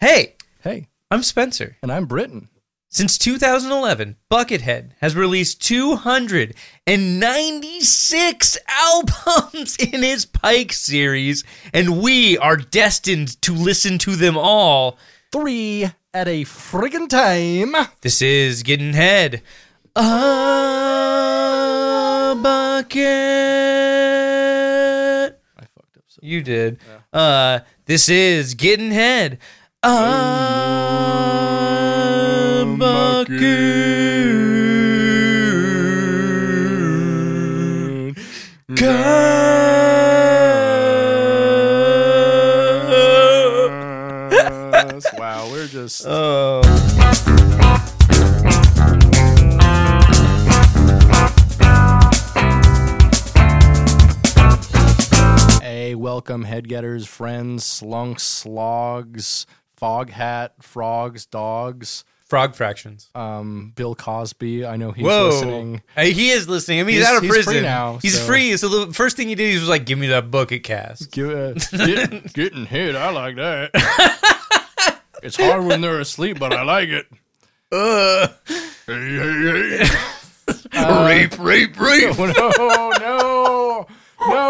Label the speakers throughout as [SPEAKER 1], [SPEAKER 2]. [SPEAKER 1] Hey,
[SPEAKER 2] Hey,
[SPEAKER 1] I'm Spencer.
[SPEAKER 2] and I'm Britain.
[SPEAKER 1] Since 2011, Buckethead has released 296 albums in his Pike series, and we are destined to listen to them all.
[SPEAKER 2] Three at a friggin' time.
[SPEAKER 1] This is Getting Head. A bucket.
[SPEAKER 2] I fucked up. So.
[SPEAKER 1] You did. Uh, this is Getting Head. A bucket.
[SPEAKER 2] wow, we're just
[SPEAKER 1] Oh.
[SPEAKER 2] a welcome headgetters, friends, slunks, slogs, fog hat, frogs, dogs.
[SPEAKER 1] Frog fractions.
[SPEAKER 2] Um, Bill Cosby. I know he's
[SPEAKER 1] Whoa.
[SPEAKER 2] listening.
[SPEAKER 1] Hey, he is listening. I mean, he's,
[SPEAKER 2] He's-
[SPEAKER 1] out of
[SPEAKER 2] he's free
[SPEAKER 1] prison.
[SPEAKER 2] now,
[SPEAKER 1] he's
[SPEAKER 2] so-
[SPEAKER 1] free. So the first thing he did, he was like, give me that bucket cast.
[SPEAKER 2] Get, uh, get, getting hit. I like that. it's hard when they're asleep, but I like it.
[SPEAKER 1] Ugh. rape, rape, rape.
[SPEAKER 2] Uh, no, no, no.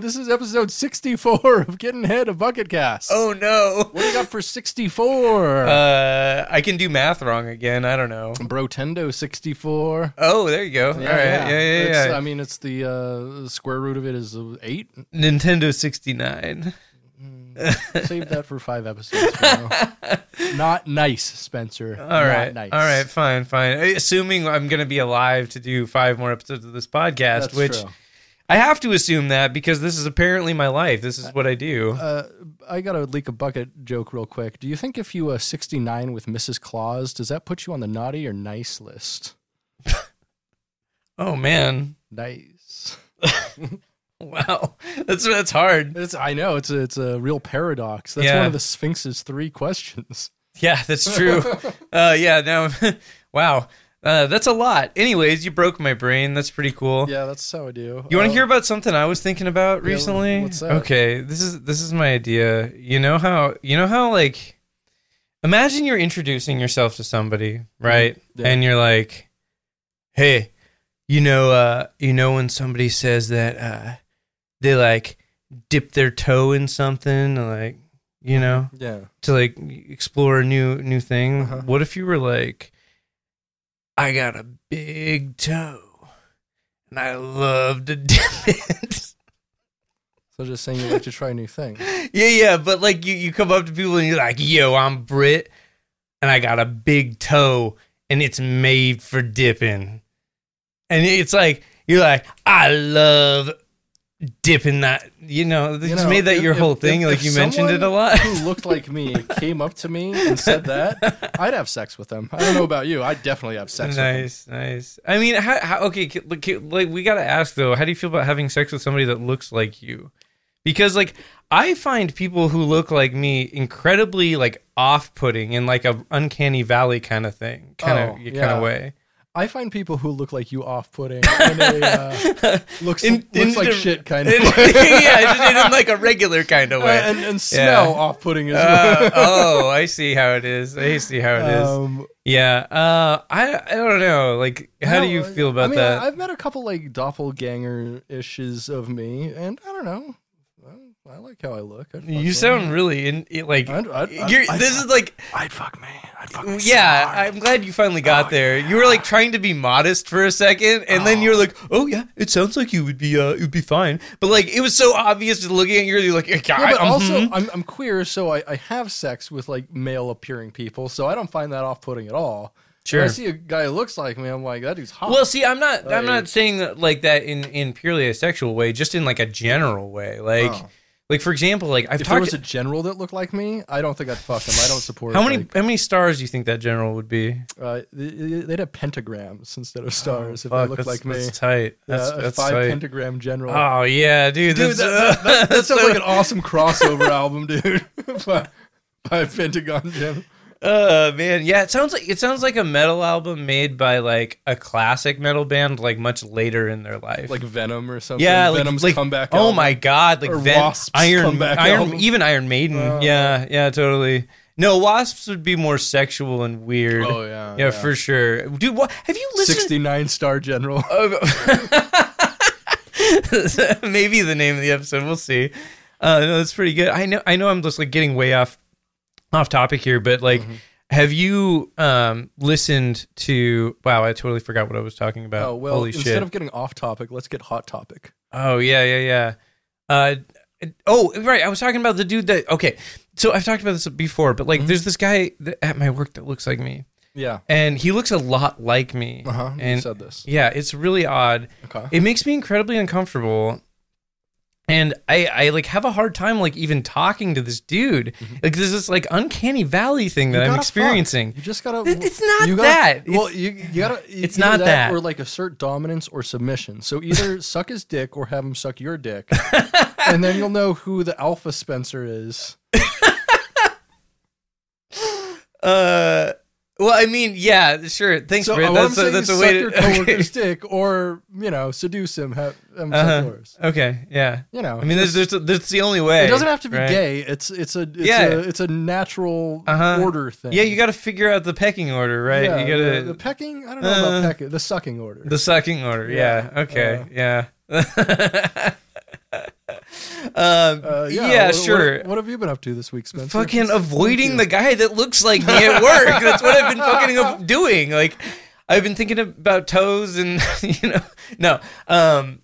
[SPEAKER 2] This is episode 64 of Getting Head of Bucket Cast.
[SPEAKER 1] Oh, no.
[SPEAKER 2] What do you got for 64?
[SPEAKER 1] Uh, I can do math wrong again. I don't know.
[SPEAKER 2] Brotendo 64.
[SPEAKER 1] Oh, there you go. All right. Yeah, yeah, yeah.
[SPEAKER 2] It's- um, I mean, it's the uh, square root of it is uh, eight.
[SPEAKER 1] Nintendo 69.
[SPEAKER 2] Save that for five episodes. from now. Not nice, Spencer.
[SPEAKER 1] All right.
[SPEAKER 2] Not nice.
[SPEAKER 1] All right. Fine. Fine. Uh, Assuming I'm going to be alive to do five more episodes of this podcast,
[SPEAKER 2] That's
[SPEAKER 1] which
[SPEAKER 2] true.
[SPEAKER 1] I have to assume that because this is apparently my life. This is what I do.
[SPEAKER 2] Uh, I got to leak a bucket joke real quick. Do you think if you uh, 69 with Mrs. Claus, does that put you on the naughty or nice list?
[SPEAKER 1] oh, man.
[SPEAKER 2] Nice.
[SPEAKER 1] Wow. That's, that's hard.
[SPEAKER 2] It's, I know it's a, it's a real paradox. That's
[SPEAKER 1] Yeah.
[SPEAKER 2] one of the Sphinx's three questions.
[SPEAKER 1] Yeah, that's true. uh, yeah, now, wow, uh, that's a lot. Anyways, you broke my brain. That's pretty cool.
[SPEAKER 2] Yeah, that's how I do.
[SPEAKER 1] You want to
[SPEAKER 2] Uh,
[SPEAKER 1] hear about something I was thinking about
[SPEAKER 2] Yeah,
[SPEAKER 1] recently?
[SPEAKER 2] what's that?
[SPEAKER 1] Okay, this is this is my idea. You know how you know how like, imagine you're introducing yourself to somebody, right?
[SPEAKER 2] Mm-hmm. Yeah.
[SPEAKER 1] And you're like, "Hey, you know, uh, you know when somebody says that uh, they like dip their toe in something, or, like you know."
[SPEAKER 2] Yeah.
[SPEAKER 1] to like explore a new new thing.
[SPEAKER 2] Uh-huh.
[SPEAKER 1] What if you were like, I got a big toe, and I love to dip it.
[SPEAKER 2] So just saying you like to try new things.
[SPEAKER 1] yeah, yeah. But like you, you come up to people and you're like, Yo, I'm Brit, and I got a big toe, and it's made for dipping. And it's like you're like, I love dipping that. You know, they
[SPEAKER 2] You
[SPEAKER 1] just
[SPEAKER 2] know,
[SPEAKER 1] made that
[SPEAKER 2] if-
[SPEAKER 1] your
[SPEAKER 2] if-
[SPEAKER 1] whole
[SPEAKER 2] if-
[SPEAKER 1] thing.
[SPEAKER 2] if
[SPEAKER 1] like you mentioned it a
[SPEAKER 2] someone
[SPEAKER 1] lot.
[SPEAKER 2] Who looked like me came up to me and said that? I'd have sex with them. I don't know about you. I'd definitely have sex with
[SPEAKER 1] nice, nice. I mean, how, how, okay, c- look, c- like we gotta ask though. How do you feel about having sex with somebody that looks like you? Because like I find people who look like me incredibly like off-putting in like a uncanny valley kind of thing, kind of
[SPEAKER 2] Oh,
[SPEAKER 1] kind
[SPEAKER 2] yeah.
[SPEAKER 1] of way.
[SPEAKER 2] them. I find people who look like you off-putting in a uh, looks
[SPEAKER 1] In-
[SPEAKER 2] looks
[SPEAKER 1] in
[SPEAKER 2] like
[SPEAKER 1] the-
[SPEAKER 2] shit kind of
[SPEAKER 1] yeah,
[SPEAKER 2] way.
[SPEAKER 1] just in like a regular kind of
[SPEAKER 2] Uh,
[SPEAKER 1] way.
[SPEAKER 2] and, and smell off-putting as well.
[SPEAKER 1] Uh, oh, I see how it is. I see how it is.
[SPEAKER 2] Um,
[SPEAKER 1] yeah. Uh, I I don't know. Like, how do
[SPEAKER 2] no,
[SPEAKER 1] you
[SPEAKER 2] I-
[SPEAKER 1] feel about
[SPEAKER 2] I mean,
[SPEAKER 1] that?
[SPEAKER 2] I, I've met a couple like doppelganger ishes of me, and I don't know. I, I like how I look. I'd fuck
[SPEAKER 1] You
[SPEAKER 2] one.
[SPEAKER 1] sound really in it, like
[SPEAKER 2] I'd- I'd- I'd-
[SPEAKER 1] you're,
[SPEAKER 2] I'd-
[SPEAKER 1] this is like
[SPEAKER 2] I'd fuck me. I'd fuck me. so
[SPEAKER 1] Mm, yeah.
[SPEAKER 2] hard.
[SPEAKER 1] I'm glad you finally got there. You were like trying to be modest for a second, and then you're like, "Oh yeah, it sounds like you would be uh, it would be fine." But like it was so obvious just looking at you, you're like, "Yeah,
[SPEAKER 2] Yeah, but
[SPEAKER 1] mhm."
[SPEAKER 2] also, I'm, I'm queer, so I, I have sex with like male appearing people, so I don't find that off putting at all. When
[SPEAKER 1] Sure.
[SPEAKER 2] I see a guy who looks like me, I'm like, that dude's hot.
[SPEAKER 1] Well, see, I'm not I'm
[SPEAKER 2] Like-
[SPEAKER 1] not saying that like that in in purely a sexual way, just in like a general way. Like
[SPEAKER 2] Oh.
[SPEAKER 1] like for example, like I've
[SPEAKER 2] if there
[SPEAKER 1] talked.
[SPEAKER 2] was a general that looked like me, I don't think I'd fuck him. I don't support
[SPEAKER 1] how many
[SPEAKER 2] like,
[SPEAKER 1] how many stars do you think that general would be?
[SPEAKER 2] uh, th- they'd have pentagrams instead of stars if
[SPEAKER 1] Oh, Fuck,
[SPEAKER 2] they looked
[SPEAKER 1] that's,
[SPEAKER 2] like me.
[SPEAKER 1] that's tight. That's,
[SPEAKER 2] Yeah, a
[SPEAKER 1] that's
[SPEAKER 2] five
[SPEAKER 1] tight.
[SPEAKER 2] pentagram general.
[SPEAKER 1] Oh yeah, dude.
[SPEAKER 2] dude,
[SPEAKER 1] that's,
[SPEAKER 2] that, that, that, that sounds
[SPEAKER 1] so-
[SPEAKER 2] like an awesome crossover album, dude. by, by Pentagon Jim.
[SPEAKER 1] Uh man, yeah, it sounds like it sounds like a metal album made by like a classic metal band like much later in their life.
[SPEAKER 2] like Venom or something.
[SPEAKER 1] yeah, like-
[SPEAKER 2] Venom's
[SPEAKER 1] like,
[SPEAKER 2] comeback.
[SPEAKER 1] Oh
[SPEAKER 2] album.
[SPEAKER 1] my god, like
[SPEAKER 2] Or
[SPEAKER 1] Ven-
[SPEAKER 2] Wasp's
[SPEAKER 1] Iron,
[SPEAKER 2] comeback
[SPEAKER 1] Iron
[SPEAKER 2] album.
[SPEAKER 1] even Iron Maiden.
[SPEAKER 2] Oh.
[SPEAKER 1] yeah, yeah, totally. No, Wasps would be more sexual and weird.
[SPEAKER 2] Oh yeah.
[SPEAKER 1] yeah, for sure. Dude, what have you listened
[SPEAKER 2] sixty-nine star general.
[SPEAKER 1] Oh, Maybe the name of the episode. We'll see. Uh, no, that's pretty good. I know. I know. I'm just like getting way off off topic here, but like,
[SPEAKER 2] Mm-hmm.
[SPEAKER 1] have you um listened to? Wow, I totally forgot what I was talking about.
[SPEAKER 2] Oh well.
[SPEAKER 1] Holy
[SPEAKER 2] instead
[SPEAKER 1] shit!
[SPEAKER 2] of getting off topic, let's get hot topic.
[SPEAKER 1] oh yeah, yeah, yeah. Uh, oh right, I was talking about the dude that. Okay, so I've talked about this before, but
[SPEAKER 2] Mm-hmm.
[SPEAKER 1] like, there's this guy that, at my work that looks like me,
[SPEAKER 2] Yeah.
[SPEAKER 1] and he looks a lot like me.
[SPEAKER 2] Uh huh. You
[SPEAKER 1] And-
[SPEAKER 2] said this.
[SPEAKER 1] Yeah, it's really odd.
[SPEAKER 2] Okay.
[SPEAKER 1] it makes me incredibly uncomfortable and I, I like have a hard time like even talking to this dude like there's this like uncanny valley thing that
[SPEAKER 2] Mm-hmm. You
[SPEAKER 1] i'm
[SPEAKER 2] gotta
[SPEAKER 1] experiencing
[SPEAKER 2] fuck. You just gotta.
[SPEAKER 1] It- it's not
[SPEAKER 2] you gotta-
[SPEAKER 1] that.
[SPEAKER 2] Well, you, you gotta. e-,
[SPEAKER 1] it's
[SPEAKER 2] either
[SPEAKER 1] not that.
[SPEAKER 2] Or like assert dominance or submission. So either suck his dick or have him suck your dick, and then you'll know who the alpha Spencer is.
[SPEAKER 1] uh well i mean yeah sure thanks
[SPEAKER 2] So
[SPEAKER 1] Britt.
[SPEAKER 2] I
[SPEAKER 1] that's
[SPEAKER 2] want him
[SPEAKER 1] a,
[SPEAKER 2] to
[SPEAKER 1] that's a
[SPEAKER 2] say you
[SPEAKER 1] way to
[SPEAKER 2] suck your
[SPEAKER 1] okay.
[SPEAKER 2] coworker's dick, or you know, seduce him, have him
[SPEAKER 1] Uh-huh.
[SPEAKER 2] suck yours.
[SPEAKER 1] okay yeah
[SPEAKER 2] You know,
[SPEAKER 1] i mean there's, there's that's the only way
[SPEAKER 2] it doesn't have to be
[SPEAKER 1] right?
[SPEAKER 2] gay. It's it's a it's
[SPEAKER 1] Yeah.
[SPEAKER 2] a it's a natural
[SPEAKER 1] Uh-huh.
[SPEAKER 2] order thing.
[SPEAKER 1] yeah you gotta figure out the pecking order right
[SPEAKER 2] Yeah,
[SPEAKER 1] you gotta
[SPEAKER 2] the, the pecking. I don't know about
[SPEAKER 1] Uh,
[SPEAKER 2] pecking. The sucking order.
[SPEAKER 1] The sucking order, yeah.
[SPEAKER 2] Yeah,
[SPEAKER 1] Okay,
[SPEAKER 2] uh,
[SPEAKER 1] yeah. um,
[SPEAKER 2] Uh,
[SPEAKER 1] yeah,
[SPEAKER 2] what- what-
[SPEAKER 1] sure.
[SPEAKER 2] What, have you been up to this week, Spencer?
[SPEAKER 1] fucking
[SPEAKER 2] Please-
[SPEAKER 1] avoiding
[SPEAKER 2] thank
[SPEAKER 1] the
[SPEAKER 2] you.
[SPEAKER 1] guy that looks like me at work. That's what I've been fucking av- doing. Like, I've been thinking about toes and you know, no. Um,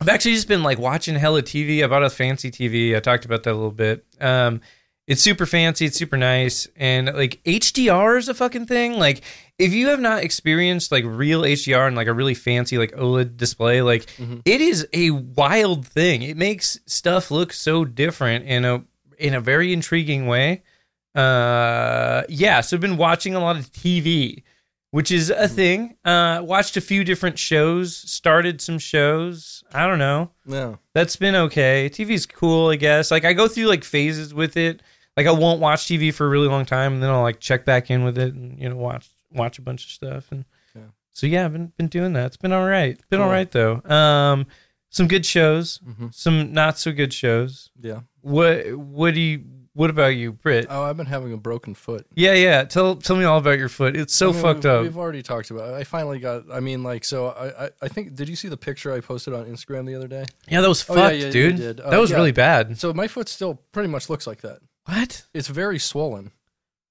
[SPEAKER 1] I've actually just been like watching hella TV. I bought a fancy TV. I talked about that a little bit. Um, it's super fancy. It's super nice. And like HDR is a fucking thing. Like if you have not experienced like real HDR and like a really fancy like OLED display, like it is a wild thing. It makes stuff look so different in a in a very intriguing way. Uh, yeah. So I've been watching a lot of TV which is
[SPEAKER 2] Hmm.
[SPEAKER 1] a thing. Uh, watched a few different shows, started some shows. I don't know.
[SPEAKER 2] No.
[SPEAKER 1] That's been okay. TV's cool, I guess. Like I go through like phases with it. Like I won't watch TV for a really long time, and then I'll like check back in with it, and you know, watch watch a bunch of stuff. And
[SPEAKER 2] Yeah.
[SPEAKER 1] so yeah, I've been been doing that. It's been all right. Been all
[SPEAKER 2] Cool.
[SPEAKER 1] right though. Um, some good shows,
[SPEAKER 2] Mhm.
[SPEAKER 1] some not so good shows.
[SPEAKER 2] Yeah.
[SPEAKER 1] What what do you? What about you, Britt?
[SPEAKER 2] Oh, I've been having a broken foot.
[SPEAKER 1] yeah, yeah. Tell tell me all about your foot. It's so
[SPEAKER 2] I mean,
[SPEAKER 1] fucked
[SPEAKER 2] we've,
[SPEAKER 1] up.
[SPEAKER 2] We've already talked about. It. I finally got. I mean, like, so I, I, I think. Did you see the picture I posted on Instagram the other day?
[SPEAKER 1] Yeah, that was
[SPEAKER 2] Oh,
[SPEAKER 1] fucked,
[SPEAKER 2] yeah, yeah, you
[SPEAKER 1] dude.
[SPEAKER 2] did.
[SPEAKER 1] that
[SPEAKER 2] Uh,
[SPEAKER 1] was
[SPEAKER 2] yeah.
[SPEAKER 1] really bad.
[SPEAKER 2] So my foot still pretty much looks like that.
[SPEAKER 1] What?
[SPEAKER 2] It's very swollen.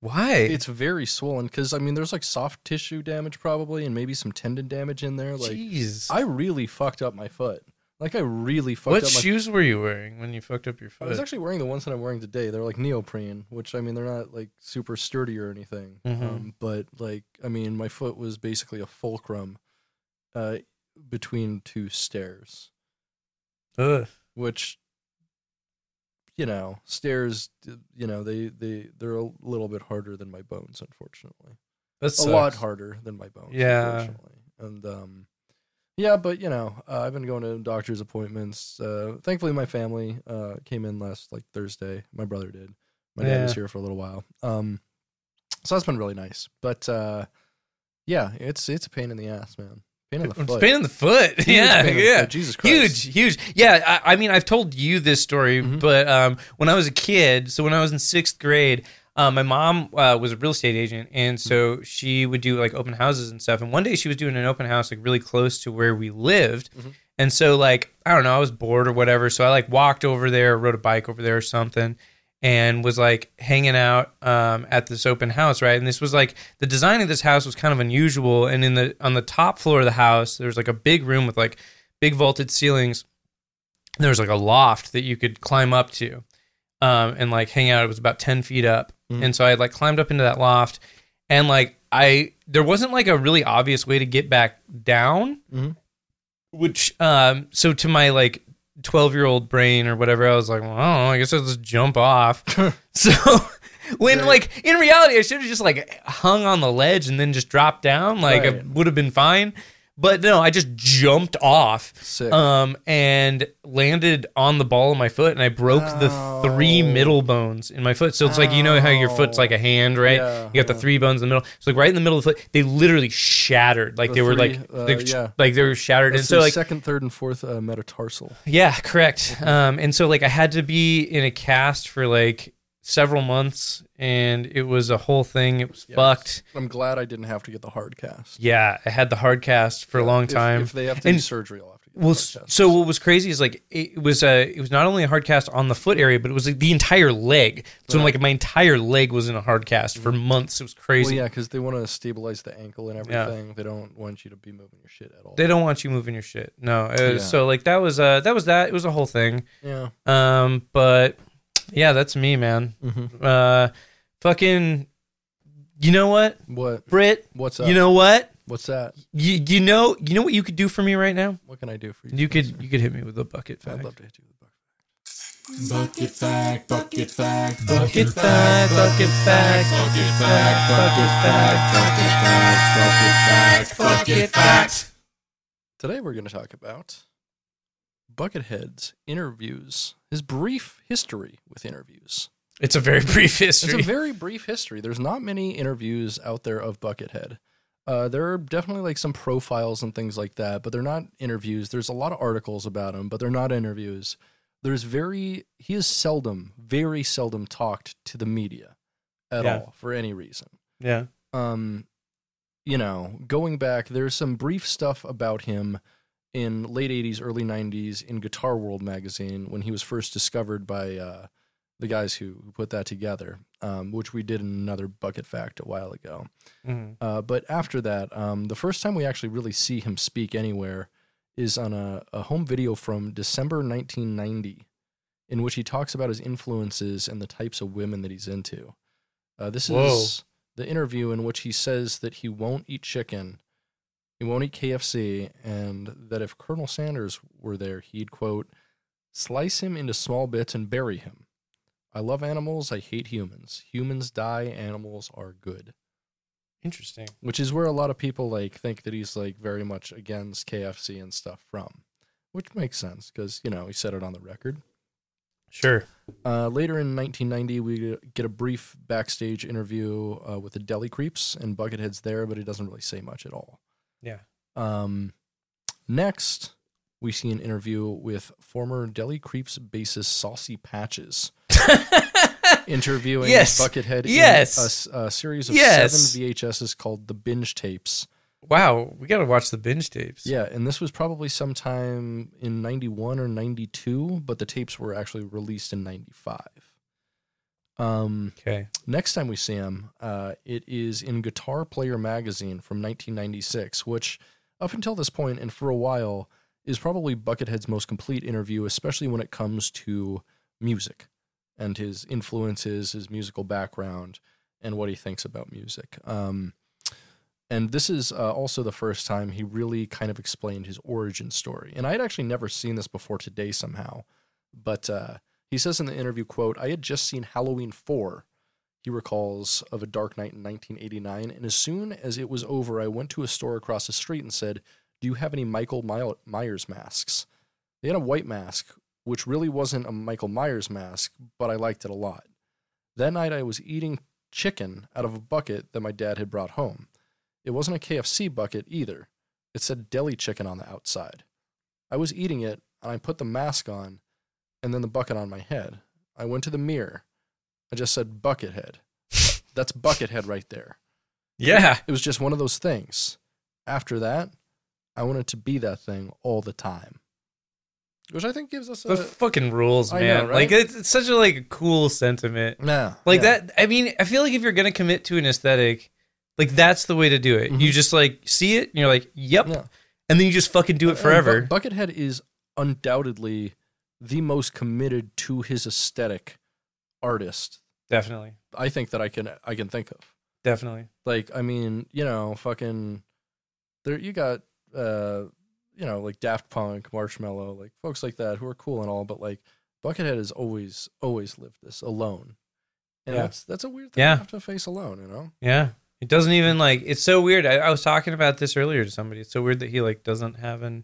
[SPEAKER 1] Why?
[SPEAKER 2] It's very swollen because I mean, there's like soft tissue damage probably, and maybe some tendon damage in there. Like,
[SPEAKER 1] Jeez.
[SPEAKER 2] I really fucked up my foot. Like, I really fucked
[SPEAKER 1] What
[SPEAKER 2] up my
[SPEAKER 1] shoes were you wearing when you fucked up your
[SPEAKER 2] I was
[SPEAKER 1] foot?
[SPEAKER 2] actually wearing the ones that I'm wearing today. They're like neoprene, which I mean, they're not like super sturdy or anything.
[SPEAKER 1] Mhm.
[SPEAKER 2] Um, but like, I mean, my foot was basically a fulcrum uh, between two stairs,
[SPEAKER 1] Ugh.
[SPEAKER 2] which, you know, stairs, d- you know, they, they, they're a little bit harder than my bones, unfortunately
[SPEAKER 1] That
[SPEAKER 2] a
[SPEAKER 1] sucks.
[SPEAKER 2] lot harder than my bones.
[SPEAKER 1] Yeah.
[SPEAKER 2] unfortunately. And um, yeah, but you know, uh, I've been going to doctor's appointments. Uh, thankfully, my family uh, came in last like Thursday. My brother did. My dad was
[SPEAKER 1] Yeah.
[SPEAKER 2] here for a little while. Um, so that's been really nice. But uh, yeah, it's it's a pain in the ass, man. Pain in the
[SPEAKER 1] It's
[SPEAKER 2] foot.
[SPEAKER 1] pain in the foot.
[SPEAKER 2] Huge
[SPEAKER 1] yeah,
[SPEAKER 2] pain in the
[SPEAKER 1] yeah.
[SPEAKER 2] foot. Jesus Christ.
[SPEAKER 1] Huge, huge. Yeah, I, I mean, I've told you this story,
[SPEAKER 2] Mhm.
[SPEAKER 1] but um, when I was a kid, so when I was in sixth grade, uh, my mom uh, was a real estate agent, and
[SPEAKER 2] Mm-hmm.
[SPEAKER 1] so she would do like open houses and stuff. And one day she was doing an open house like really close to where we lived,
[SPEAKER 2] Mhm.
[SPEAKER 1] and so like I don't know, I was bored or whatever, so I like walked over there, rode a bike over there or something. And was like hanging out um, at this open house, right? And this was like the design of this house was kind of unusual. And in the on the top floor of the house, there was like a big room with like big vaulted ceilings. There was like a loft that you could climb up to um, and like hang out. It was about 10 feet up.
[SPEAKER 2] Mm.
[SPEAKER 1] And so I like climbed up into that loft and like I, there wasn't like a really obvious way to get back down,
[SPEAKER 2] Mhm.
[SPEAKER 1] which, um, so to my like 12 year old brain or whatever, I was like, well, I don't know. I guess I'll just jump off. so when
[SPEAKER 2] Right.
[SPEAKER 1] like in reality, I should have just like hung on the ledge and then just dropped down. Like
[SPEAKER 2] Right.
[SPEAKER 1] I would have been fine. But no, I just jumped off
[SPEAKER 2] Sick.
[SPEAKER 1] um, and landed on the ball of my foot, and I broke the three
[SPEAKER 2] Ow.
[SPEAKER 1] middle bones in my foot. So it's like you know how your foot's like a hand, right?
[SPEAKER 2] Yeah,
[SPEAKER 1] you got the
[SPEAKER 2] yeah.
[SPEAKER 1] three bones in the middle. So like right in the middle of the foot, they literally shattered. Like
[SPEAKER 2] The
[SPEAKER 1] they were
[SPEAKER 2] three,
[SPEAKER 1] like
[SPEAKER 2] uh,
[SPEAKER 1] like,
[SPEAKER 2] yeah.
[SPEAKER 1] like they were shattered.
[SPEAKER 2] That's
[SPEAKER 1] and so
[SPEAKER 2] the
[SPEAKER 1] like
[SPEAKER 2] second, third, and fourth uh, metatarsal.
[SPEAKER 1] yeah, correct. Um, and so like I had to be in a cast for like several months, and it was a whole thing. It was
[SPEAKER 2] Yes.
[SPEAKER 1] fucked.
[SPEAKER 2] I'm glad I didn't have to get the hard cast.
[SPEAKER 1] Yeah, I had the hard cast for a long
[SPEAKER 2] If-
[SPEAKER 1] time.
[SPEAKER 2] If, they have to do
[SPEAKER 1] And-
[SPEAKER 2] surgery, I'll have to get
[SPEAKER 1] Well,
[SPEAKER 2] the
[SPEAKER 1] s-
[SPEAKER 2] hard cast.
[SPEAKER 1] so what was crazy is like it was a it was not only a hard cast on the foot area, but it was like the entire leg. So
[SPEAKER 2] Right. Mm.
[SPEAKER 1] like my entire leg was in a hard cast for months. It was crazy.
[SPEAKER 2] Well, yeah, because they want to stabilize the ankle and
[SPEAKER 1] Yeah.
[SPEAKER 2] everything. They don't want you to be moving your shit at all.
[SPEAKER 1] They don't want you moving your shit. No. Uh,
[SPEAKER 2] Yeah.
[SPEAKER 1] So like that was uh that was that. It was a whole thing.
[SPEAKER 2] yeah.
[SPEAKER 1] Um, but yeah, that's me, man.
[SPEAKER 2] Mm-hmm.
[SPEAKER 1] Uh, fucking, you know what,
[SPEAKER 2] What?
[SPEAKER 1] Britt?
[SPEAKER 2] What's up?
[SPEAKER 1] You know what?
[SPEAKER 2] What's that?
[SPEAKER 1] You you know you know what you could do for me right now?
[SPEAKER 2] What can I do for you?
[SPEAKER 1] You could you could hit me with a bucket.
[SPEAKER 2] I'd
[SPEAKER 1] Fact.
[SPEAKER 2] love to hit you with a buck.
[SPEAKER 3] Bucket fact, bucket fact,
[SPEAKER 1] Bucket fact, bucket fact.
[SPEAKER 3] bucket fact, bucket fact, bucket fact, bucket fact, bucket fact.
[SPEAKER 2] Today we're going to talk about Buckethead's interviews, his brief history with interviews.
[SPEAKER 1] It's a very brief
[SPEAKER 2] It's
[SPEAKER 1] history.
[SPEAKER 2] a very brief history. There's not many interviews out there of Buckethead. Uh, there are definitely like some profiles and things like that, but they're not interviews. There's a lot of articles about him, but they're not interviews. There's very he is seldom, very seldom talked to the media at
[SPEAKER 1] Yeah.
[SPEAKER 2] all for any reason.
[SPEAKER 1] yeah.
[SPEAKER 2] um you know going back there's some brief stuff about him in late 80s early 90s in guitar world magazine when he was first discovered by uh the guys who, who put that together um, which we did in another bucket fact a while ago
[SPEAKER 1] Mhm.
[SPEAKER 2] uh, but after that um, the first time we actually really see him speak anywhere is on a, a home video from december 1990 in which he talks about his influences and the types of women that he's into uh, this
[SPEAKER 1] Whoa.
[SPEAKER 2] is the interview in which he says that he won't eat chicken, he won't eat KFC, and that if Colonel Sanders were there, he'd quote, slice him into small bits and bury him. I love animals. I hate humans. Humans die. Animals are good.
[SPEAKER 1] Interesting.
[SPEAKER 2] Which is where a lot of people like think that he's like very much against KFC and stuff from, which makes sense because you know he said it on the record.
[SPEAKER 1] Sure.
[SPEAKER 2] Uh, later in 1990, we get a brief backstage interview uh, with the Deli Creeps, and Buckethead's there, but he doesn't really say much at all.
[SPEAKER 1] Yeah.
[SPEAKER 2] Um, next, we see an interview with former Deli Creeps bassist Saucy Patches interviewing
[SPEAKER 1] Yes.
[SPEAKER 2] Buckethead
[SPEAKER 1] Yes.
[SPEAKER 2] in a s- a, series of
[SPEAKER 1] Yes.
[SPEAKER 2] seven VHSs called The Binge Tapes.
[SPEAKER 1] wow, we gotta watch the binge tapes.
[SPEAKER 2] Yeah, and this was probably sometime in 91 or 92, but the tapes were actually released in 95. Um,
[SPEAKER 1] Okay.
[SPEAKER 2] next time we see him, uh, it is in Guitar Player magazine from 1996, which up until this point and for a while is probably Buckethead's most complete interview, especially when it comes to music and his influences, his musical background, and what he thinks about music. Um, and this is uh, also the first time he really kind of explained his origin story. And I had actually never seen this before today somehow, but uh, he says in the interview, "quote I had just seen Halloween four, he recalls of a dark night in 1989, and as soon as it was over, I went to a store across the street and said, "Do you have any Michael My- Myers masks?" They had a white mask, which really wasn't a Michael Myers mask, but I liked it a lot. That night, I was eating chicken out of a bucket that my dad had brought home. It wasn't a KFC bucket either; it said deli chicken on the outside. I was eating it, and I put the mask on, and then the bucket on my head. I went to the mirror. I just said Buckethead. That's Buckethead right there.
[SPEAKER 1] Yeah.
[SPEAKER 2] It was just one of those things. After that, I wanted to be that thing all the time. Which I think gives us a.
[SPEAKER 1] The fucking rules,
[SPEAKER 2] I
[SPEAKER 1] man.
[SPEAKER 2] know, right?
[SPEAKER 1] Like it's, it's such a like a cool sentiment.
[SPEAKER 2] nah,
[SPEAKER 1] Like
[SPEAKER 2] yeah.
[SPEAKER 1] that I mean, I feel like if you're gonna commit to an aesthetic, like that's the way to do it. You just like see it and you're like, Yep.
[SPEAKER 2] Yeah.
[SPEAKER 1] And then you just fucking do it forever.
[SPEAKER 2] Bu- Buckethead is undoubtedly the most committed to his aesthetic artist
[SPEAKER 1] definitely.
[SPEAKER 2] I think that I can I can think of.
[SPEAKER 1] Definitely.
[SPEAKER 2] Like, I mean, you know, fucking there you got uh you know, like Daft Punk, Marshmallow, like folks like that who are cool and all, but like Buckethead has always always lived this alone. And
[SPEAKER 1] Yeah.
[SPEAKER 2] that's that's a weird thing
[SPEAKER 1] Yeah.
[SPEAKER 2] to have to face alone, you know?
[SPEAKER 1] Yeah. It doesn't even like. It's so weird. I, I was talking about this earlier to somebody. It's so weird that he like doesn't have an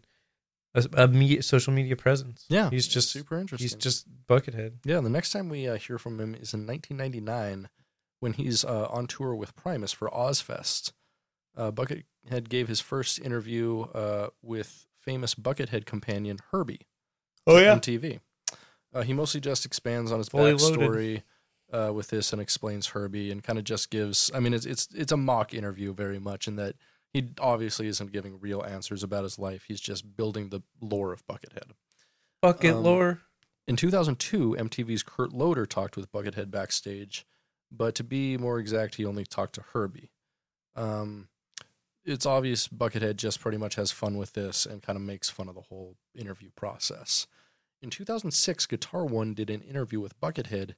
[SPEAKER 1] a, a media, social media presence.
[SPEAKER 2] Yeah,
[SPEAKER 1] he's
[SPEAKER 2] it's
[SPEAKER 1] just
[SPEAKER 2] super interesting.
[SPEAKER 1] he's just Buckethead.
[SPEAKER 2] yeah. The next time we uh, hear from him is in 1999 when he's uh, on tour with Primus for Ozfest. Uh, Buckethead gave his first interview uh, with famous Buckethead companion Herbie.
[SPEAKER 1] Oh
[SPEAKER 2] on TV. Uh, he mostly just expands on his
[SPEAKER 1] Fully
[SPEAKER 2] backstory uh, with this and explains Herbie and kind of just gives. I mean, it's it's it's a mock interview very much in that he obviously isn't giving real answers about his life. He's just building the lore of Buckethead.
[SPEAKER 1] Bucket
[SPEAKER 2] Um,
[SPEAKER 1] lore.
[SPEAKER 2] In 2002, MTV's Kurt Loder talked with Buckethead backstage, but to be more exact, he only talked to Herbie. Um, it's obvious Buckethead just pretty much has fun with this and kind of makes fun of the whole interview process. In 2006, Guitar One did an interview with Buckethead,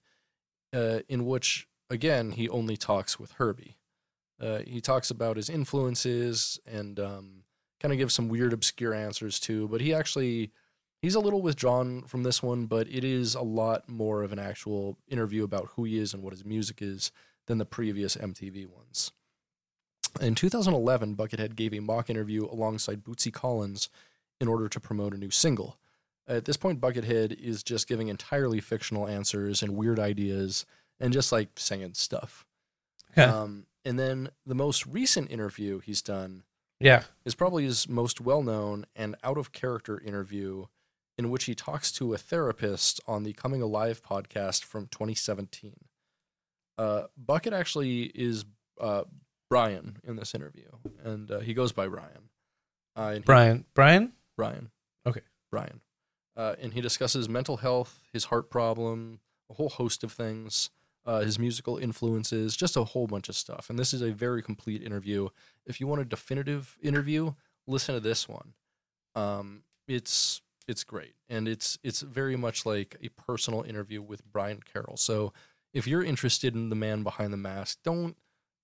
[SPEAKER 2] uh, in which, again, he only talks with Herbie. Uh, he talks about his influences and um, kind of gives some weird, obscure answers too, but he actually he's a little withdrawn from this one, but it is a lot more of an actual interview about who he is and what his music is than the previous MTV ones. In 2011, Buckethead gave a mock interview alongside Bootsy Collins in order to promote a new single. At this point, Buckethead is just giving entirely fictional answers and weird ideas and just like singing stuff.
[SPEAKER 1] Yeah.
[SPEAKER 2] Um, and then the most recent interview he's done
[SPEAKER 1] Yeah.
[SPEAKER 2] is probably his most well known and out of character interview, in which he talks to a therapist on the Coming Alive podcast from 2017. Uh, Bucket actually is uh, Brian in this interview, and uh, he goes by Brian. Uh, and he-
[SPEAKER 1] Brian. Brian.
[SPEAKER 2] Brian.
[SPEAKER 1] Okay.
[SPEAKER 2] Brian. Uh, and he discusses mental health, his heart problem, a whole host of things, uh, his musical influences, just a whole bunch of stuff. And this is a very complete interview. If you want a definitive interview, listen to this one. Um, it's it's great, and it's it's very much like a personal interview with Brian Carroll. So if you're interested in the man behind the mask, don't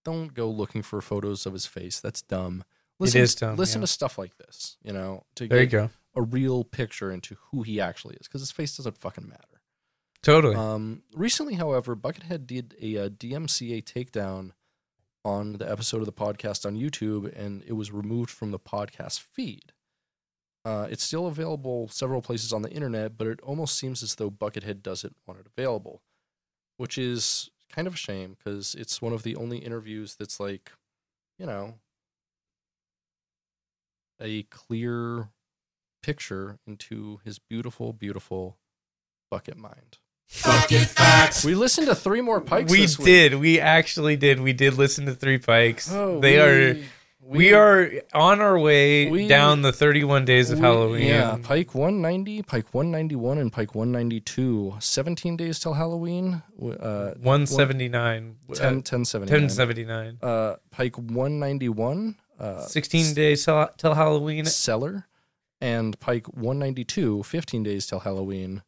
[SPEAKER 2] don't go looking for photos of his face. That's dumb.
[SPEAKER 1] It
[SPEAKER 2] Listen,
[SPEAKER 1] is dumb,
[SPEAKER 2] Listen
[SPEAKER 1] yeah.
[SPEAKER 2] to stuff like this, you know, to
[SPEAKER 1] There you
[SPEAKER 2] get
[SPEAKER 1] go.
[SPEAKER 2] a real picture into who he actually is because his face doesn't fucking matter.
[SPEAKER 1] Totally.
[SPEAKER 2] Um, recently, however, Buckethead did a, uh DMCA takedown on the episode of the podcast on YouTube, and it was removed from the podcast feed. Uh, it's still available several places on the internet, but it almost seems as though Buckethead doesn't want it available, which is kind of a shame because it's one of the only interviews that's like, you know, a clear picture into his beautiful, beautiful bucket mind.
[SPEAKER 3] Bucket facts.
[SPEAKER 2] We listened to three more pikes.
[SPEAKER 1] we
[SPEAKER 2] this week.
[SPEAKER 1] did. We actually did. We did listen to Three Pikes.
[SPEAKER 2] Oh,
[SPEAKER 1] they are. We, are on our way
[SPEAKER 2] we-
[SPEAKER 1] down the 31 days of
[SPEAKER 2] we-
[SPEAKER 1] Halloween.
[SPEAKER 2] Yeah, Pike 190, Pike 191, and Pike 192. 17 days till Halloween. Uh,
[SPEAKER 1] 179.
[SPEAKER 2] 10,
[SPEAKER 1] uh,
[SPEAKER 2] 1079.
[SPEAKER 1] 1079.
[SPEAKER 2] Uh, Pike 191, uh,
[SPEAKER 1] 16 days till, till Halloween.
[SPEAKER 2] Cellar, and Pike 192, 15 days till Halloween.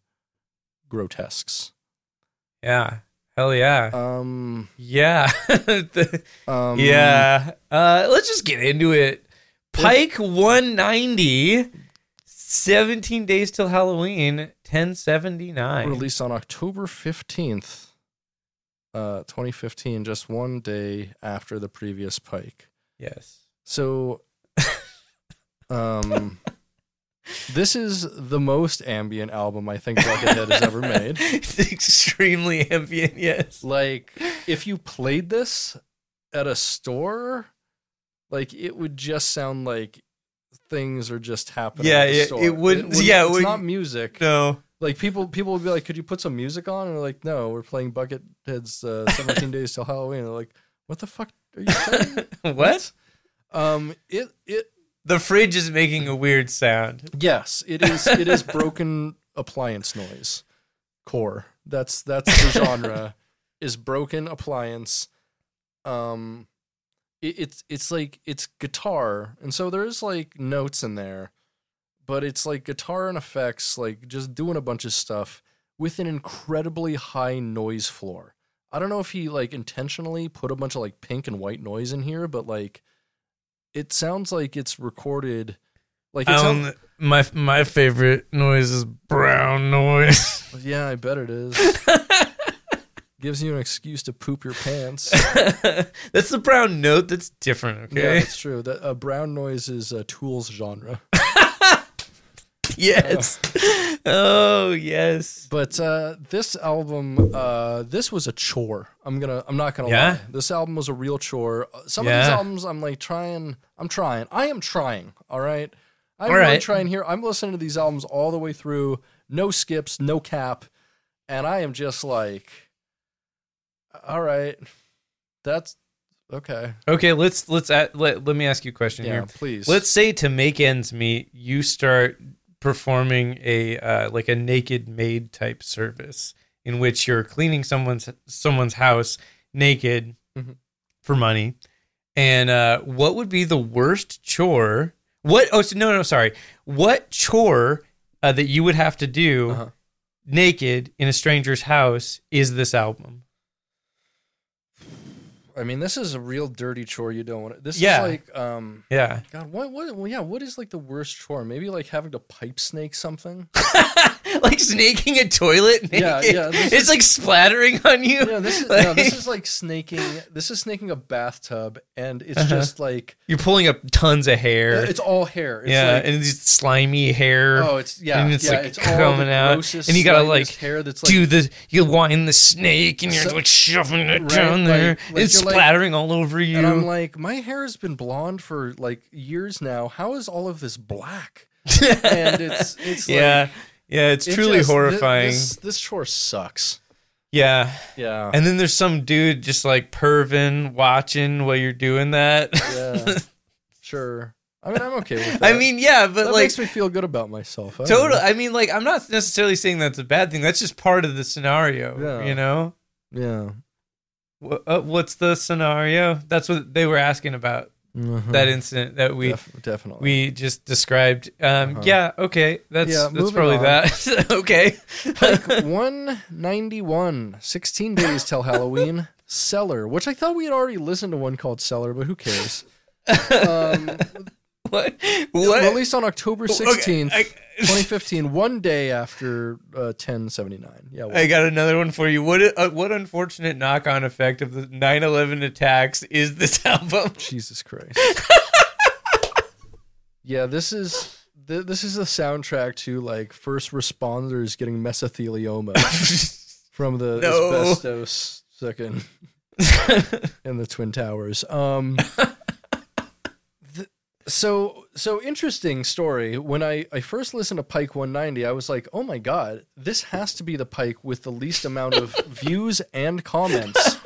[SPEAKER 2] Grotesques.
[SPEAKER 1] Yeah. Hell yeah.
[SPEAKER 2] Um,
[SPEAKER 1] yeah. The-
[SPEAKER 2] um,
[SPEAKER 1] yeah. Uh, let's just get into it. Pike 190, 17 days till Halloween, 1079.
[SPEAKER 2] released on October 15th, uh, 2015, just one day after the previous Pike.
[SPEAKER 1] Yes.
[SPEAKER 2] So, um, this is the most ambient album I think Buckethead has ever made.
[SPEAKER 1] it's extremely ambient, yes.
[SPEAKER 2] Like, if you played this at a store, like it would just sound like things are just happening.
[SPEAKER 1] Yeah,
[SPEAKER 2] at the
[SPEAKER 1] yeah,
[SPEAKER 2] store.
[SPEAKER 1] it wouldn't- yeah, it
[SPEAKER 2] it's
[SPEAKER 1] would-
[SPEAKER 2] not music.
[SPEAKER 1] No.
[SPEAKER 2] Like people, people would be like, "Could you put some music on?" And they're like, "No, we're playing Buckethead's uh, 17 Days Till Halloween." And they're like, "What the fuck are you playing?"
[SPEAKER 1] what?
[SPEAKER 2] um, it it
[SPEAKER 1] The fridge is making a weird sound.
[SPEAKER 2] Yes, it is. It is broken appliance noise. Core. That's that's the genre. is broken appliance. Um, it, it's it's like it's guitar, and so there's like notes in there, but it's like guitar and effects, like just doing a bunch of stuff with an incredibly high noise floor. I don't know if he like intentionally put a bunch of like pink and white noise in here, but like it sounds like it's recorded. Like it sounds,
[SPEAKER 1] Um, my my favorite noise is brown noise.
[SPEAKER 2] Yeah, I bet it is. gives you an excuse to poop your pants.
[SPEAKER 1] that's the brown note. That's different.
[SPEAKER 2] Yeah,
[SPEAKER 1] Okay.
[SPEAKER 2] that's true. That uh, brown noise is a tools genre.
[SPEAKER 1] Yes. oh yes.
[SPEAKER 2] But uh, this album, uh, this was a chore. I'm gonna, I'm not gonna
[SPEAKER 1] Yeah?
[SPEAKER 2] lie. This album was a real chore. Uh, Some of these
[SPEAKER 1] Yeah.
[SPEAKER 2] albums, I'm like trying. I'm trying. I am trying. All right. I'm
[SPEAKER 1] All
[SPEAKER 2] really
[SPEAKER 1] right.
[SPEAKER 2] trying here. I'm listening to these albums all the way through. No skips. No cap. And I am just like, all right, that's okay.
[SPEAKER 1] Okay. Let's let's a let, let me ask you a question
[SPEAKER 2] Yeah,
[SPEAKER 1] here.
[SPEAKER 2] please.
[SPEAKER 1] Let's say to make ends meet, you start performing a uh, like a naked maid type service in which you're cleaning someone's someone's house naked
[SPEAKER 2] Mhm.
[SPEAKER 1] for money. And uh, what would be the worst chore? What? Oh so, no, no, sorry. What chore uh, that you would have to do
[SPEAKER 2] Uh-huh.
[SPEAKER 1] naked in a stranger's house is this album?
[SPEAKER 2] I mean, this is a real dirty chore. You don't want to. This
[SPEAKER 1] Yeah.
[SPEAKER 2] is like, um,
[SPEAKER 1] Yeah.
[SPEAKER 2] God, what, what, well, yeah, what is like the worst chore? Maybe like having to pipe snake something.
[SPEAKER 1] like snaking a toilet naked.
[SPEAKER 2] Yeah, yeah, this
[SPEAKER 1] it's like splattering on you.
[SPEAKER 2] No, this is
[SPEAKER 1] like,
[SPEAKER 2] no, this is like snaking. This is snaking a bathtub, and it's
[SPEAKER 1] Uh-huh.
[SPEAKER 2] just like uh,
[SPEAKER 1] you're pulling up tons of hair.
[SPEAKER 2] it's all hair. It's
[SPEAKER 1] yeah,
[SPEAKER 2] like,
[SPEAKER 1] and it's slimy hair.
[SPEAKER 2] oh, it's yeah,
[SPEAKER 1] and it's,
[SPEAKER 2] yeah,
[SPEAKER 1] like,
[SPEAKER 2] it's all
[SPEAKER 1] coming
[SPEAKER 2] the
[SPEAKER 1] out,
[SPEAKER 2] grossest,
[SPEAKER 1] and you gotta,
[SPEAKER 2] slimiest
[SPEAKER 1] like,
[SPEAKER 2] hair that's like
[SPEAKER 1] Do the you wind the snake and you're
[SPEAKER 2] So-
[SPEAKER 1] like shoving it
[SPEAKER 2] Right,
[SPEAKER 1] down
[SPEAKER 2] like-
[SPEAKER 1] there.
[SPEAKER 2] like
[SPEAKER 1] and it's
[SPEAKER 2] you're, like-
[SPEAKER 1] splattering all over you.
[SPEAKER 2] And I'm like, my hair has been blonde for like years now. How is all of this black? and it's it's like,
[SPEAKER 1] yeah, yeah, it's
[SPEAKER 2] it
[SPEAKER 1] truly
[SPEAKER 2] just- thi-
[SPEAKER 1] horrifying.
[SPEAKER 2] This, this chore sucks.
[SPEAKER 1] yeah,
[SPEAKER 2] Yeah.
[SPEAKER 1] and then there's some dude just like perving, watching while you're doing that.
[SPEAKER 2] Yeah, sure. I mean, I'm okay with that.
[SPEAKER 1] I mean, yeah, but
[SPEAKER 2] that
[SPEAKER 1] like
[SPEAKER 2] makes me feel good about myself. I don't
[SPEAKER 1] total. I mean, like I'm not necessarily saying that's a bad thing. That's just part of the scenario.
[SPEAKER 2] Yeah.
[SPEAKER 1] You know,
[SPEAKER 2] know.
[SPEAKER 1] Wha uh, what's the scenario? That's what they were asking about.
[SPEAKER 2] Yeah. Mhm.
[SPEAKER 1] that incident that we
[SPEAKER 2] Def- definitely.
[SPEAKER 1] we just described. Um,
[SPEAKER 2] Uh-huh.
[SPEAKER 1] Yeah, okay, that's
[SPEAKER 2] Yeah,
[SPEAKER 1] that's
[SPEAKER 2] moving
[SPEAKER 1] probably
[SPEAKER 2] on.
[SPEAKER 1] that. okay,
[SPEAKER 2] Like 191, 16 days till Halloween. Cellar, which I thought we had already listened to one called Cellar, but who cares? Um,
[SPEAKER 1] what? What?
[SPEAKER 2] Released on October 16th,
[SPEAKER 1] Okay, I,
[SPEAKER 2] 2015, one day after uh, 1079. Yeah, well,
[SPEAKER 1] I got another one for you. What? Uh, what unfortunate knock-on effect of the 9/11 attacks is this album?
[SPEAKER 2] Jesus Christ. yeah, this is th- this is the soundtrack to like first responders getting mesothelioma from the
[SPEAKER 1] No.
[SPEAKER 2] asbestos second in the twin towers. Um th- So so interesting story. When I, I first listened to Pike 190, I was like, oh my god, this has to be the Pike with the least amount of views and comments.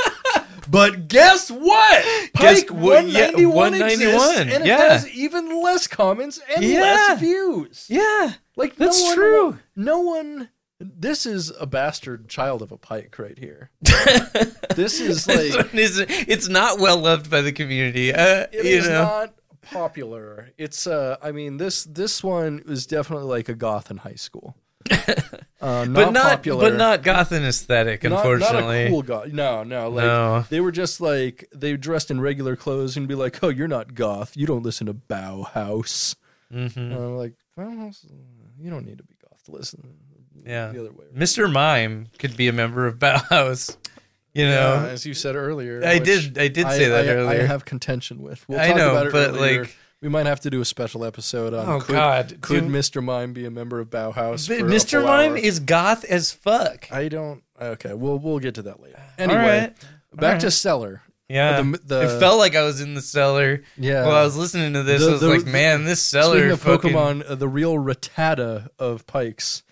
[SPEAKER 2] But guess what?
[SPEAKER 1] Guess
[SPEAKER 2] Pike
[SPEAKER 1] what- yeah,
[SPEAKER 2] 191, exists,
[SPEAKER 1] 191,
[SPEAKER 2] and it
[SPEAKER 1] yeah.
[SPEAKER 2] has even less comments and
[SPEAKER 1] Yeah.
[SPEAKER 2] less views.
[SPEAKER 1] yeah,
[SPEAKER 2] Like
[SPEAKER 1] That's
[SPEAKER 2] no one,
[SPEAKER 1] true.
[SPEAKER 2] No one. This is a bastard child of a pike right here. this is
[SPEAKER 1] This
[SPEAKER 2] like
[SPEAKER 1] one is- it's not well loved by the community. Uh,
[SPEAKER 2] it
[SPEAKER 1] you
[SPEAKER 2] is
[SPEAKER 1] know,
[SPEAKER 2] not popular. It's uh, I mean this this one is definitely like a goth in high school. Uh, not
[SPEAKER 1] but not
[SPEAKER 2] popular,
[SPEAKER 1] but not Gotham aesthetic.
[SPEAKER 2] not- not
[SPEAKER 1] Unfortunately,
[SPEAKER 2] a cool goth. No, no, like
[SPEAKER 1] No.
[SPEAKER 2] they were just like they dressed in regular clothes and be like, "Oh, you're not goth. You don't listen to Bauhaus."
[SPEAKER 1] Mhm.
[SPEAKER 2] And I'm like, "Bauhaus, you don't need to be goth to listen."
[SPEAKER 1] Yeah.
[SPEAKER 2] the other way. around."
[SPEAKER 1] Mr. Mime could be a member of Bauhaus. You
[SPEAKER 2] Yeah,
[SPEAKER 1] know,
[SPEAKER 2] as you said earlier,
[SPEAKER 1] I
[SPEAKER 2] which-
[SPEAKER 1] did. I did say that
[SPEAKER 2] I,
[SPEAKER 1] earlier.
[SPEAKER 2] I have contention with. We'll
[SPEAKER 1] I
[SPEAKER 2] talk
[SPEAKER 1] know,
[SPEAKER 2] about it
[SPEAKER 1] but,
[SPEAKER 2] earlier.
[SPEAKER 1] like-
[SPEAKER 2] we might have to do a special episode on.
[SPEAKER 1] oh
[SPEAKER 2] could,
[SPEAKER 1] God,
[SPEAKER 2] could
[SPEAKER 1] dude.
[SPEAKER 2] Mr. Mime be a member of Bauhaus?
[SPEAKER 1] B-
[SPEAKER 2] for a
[SPEAKER 1] Mr.
[SPEAKER 2] full
[SPEAKER 1] Mime
[SPEAKER 2] hour?
[SPEAKER 1] is goth as fuck.
[SPEAKER 2] I don't. Okay, we'll we'll get to that later. Anyway,
[SPEAKER 1] right.
[SPEAKER 2] back
[SPEAKER 1] right.
[SPEAKER 2] to Stellar.
[SPEAKER 1] Yeah,
[SPEAKER 2] The- the-
[SPEAKER 1] it felt like I was in the cellar.
[SPEAKER 2] Yeah.
[SPEAKER 1] While I was listening to this,
[SPEAKER 2] The-
[SPEAKER 1] I was
[SPEAKER 2] the-
[SPEAKER 1] like, man, this cellar.
[SPEAKER 2] Speaking of
[SPEAKER 1] fucking-
[SPEAKER 2] Pokemon, uh, the real Rattata of Pikes.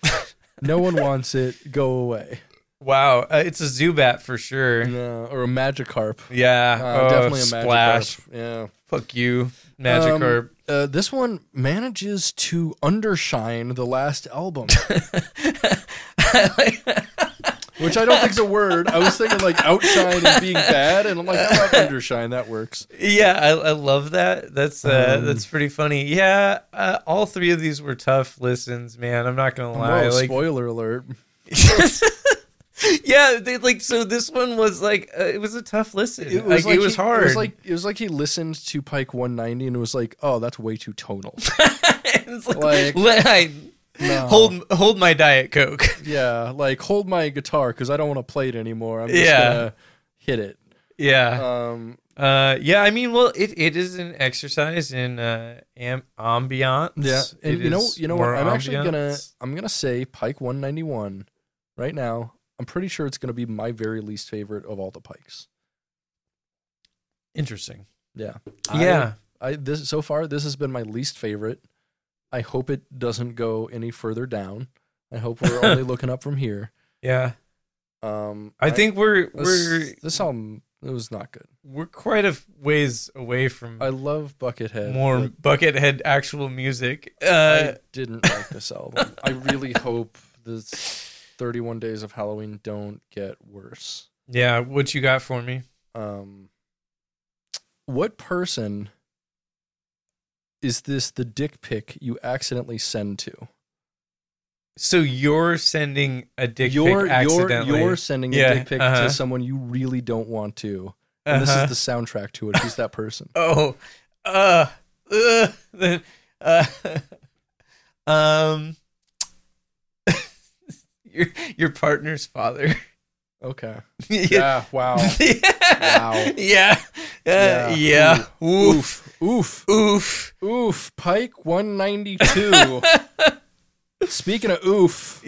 [SPEAKER 2] no one wants it. Go away.
[SPEAKER 1] Wow, uh, it's a Zubat for sure.
[SPEAKER 2] No, or a Magikarp.
[SPEAKER 1] Yeah,
[SPEAKER 2] Uh,
[SPEAKER 1] oh,
[SPEAKER 2] definitely a
[SPEAKER 1] splash.
[SPEAKER 2] Magikarp. Yeah.
[SPEAKER 1] Fuck you, Magikarp.
[SPEAKER 2] Um, uh, this one manages to undershine the last album, which I don't think's a word. I was thinking like outshine and being bad, and I'm like, I'm not undershine. That works.
[SPEAKER 1] Yeah, I, I love that. That's uh,
[SPEAKER 2] Um,
[SPEAKER 1] that's pretty funny. Yeah, uh, all three of these were tough listens, man. I'm not gonna lie.
[SPEAKER 2] Whoa,
[SPEAKER 1] like,
[SPEAKER 2] spoiler alert.
[SPEAKER 1] yeah, they like so. This one was like uh, it was a tough listen. It was, like, it was
[SPEAKER 2] he-
[SPEAKER 1] hard.
[SPEAKER 2] It was like it was like he listened to Pike 190 and was like, oh, that's way too tonal.
[SPEAKER 1] It's like,
[SPEAKER 2] like-
[SPEAKER 1] let- I
[SPEAKER 2] No.
[SPEAKER 1] Hold hold my diet coke.
[SPEAKER 2] Yeah, like hold my guitar because I don't want to play it anymore. I'm just
[SPEAKER 1] Yeah.
[SPEAKER 2] gonna hit it.
[SPEAKER 1] yeah.
[SPEAKER 2] Um,
[SPEAKER 1] Uh, yeah. I mean, well, it, it is an exercise in uh am- ambiance.
[SPEAKER 2] yeah, and
[SPEAKER 1] It
[SPEAKER 2] you know,
[SPEAKER 1] is
[SPEAKER 2] you know what?
[SPEAKER 1] more
[SPEAKER 2] I'm actually gonna
[SPEAKER 1] ambiance.
[SPEAKER 2] I'm gonna say Pike 191 right now. I'm pretty sure it's gonna be my very least favorite of all the Pikes.
[SPEAKER 1] Interesting.
[SPEAKER 2] Yeah,
[SPEAKER 1] yeah.
[SPEAKER 2] I, I this so far this has been my least favorite. I hope it doesn't go any further down. I hope we're only looking up from here.
[SPEAKER 1] Yeah.
[SPEAKER 2] Um,
[SPEAKER 1] I think we're
[SPEAKER 2] this,
[SPEAKER 1] we're
[SPEAKER 2] this album it was not good.
[SPEAKER 1] we're quite a f- ways away from
[SPEAKER 2] I love Buckethead.
[SPEAKER 1] more
[SPEAKER 2] but
[SPEAKER 1] Buckethead actual music. Uh,
[SPEAKER 2] I didn't like this album. I really hope this 31 Days of Halloween don't get worse.
[SPEAKER 1] yeah, what you got for me?
[SPEAKER 2] Um, what person is this the dick pic you accidentally send to?
[SPEAKER 1] So you're sending a dick
[SPEAKER 2] you're,
[SPEAKER 1] pic accidentally.
[SPEAKER 2] You're, you're sending a
[SPEAKER 1] Yeah,
[SPEAKER 2] dick pic
[SPEAKER 1] uh-huh.
[SPEAKER 2] to someone you really don't want to. And this
[SPEAKER 1] Uh-huh.
[SPEAKER 2] is the soundtrack to it. Who's that person?
[SPEAKER 1] Oh, uh, uh, then, uh, um, your your partner's father.
[SPEAKER 2] Okay.
[SPEAKER 1] yeah.
[SPEAKER 2] Yeah. Wow.
[SPEAKER 1] Yeah.
[SPEAKER 2] Wow.
[SPEAKER 1] Yeah. Uh,
[SPEAKER 2] Yeah.
[SPEAKER 1] yeah. Oof.
[SPEAKER 2] Oof. Oof.
[SPEAKER 1] Oof.
[SPEAKER 2] Oof. Pike 192. Speaking of oof.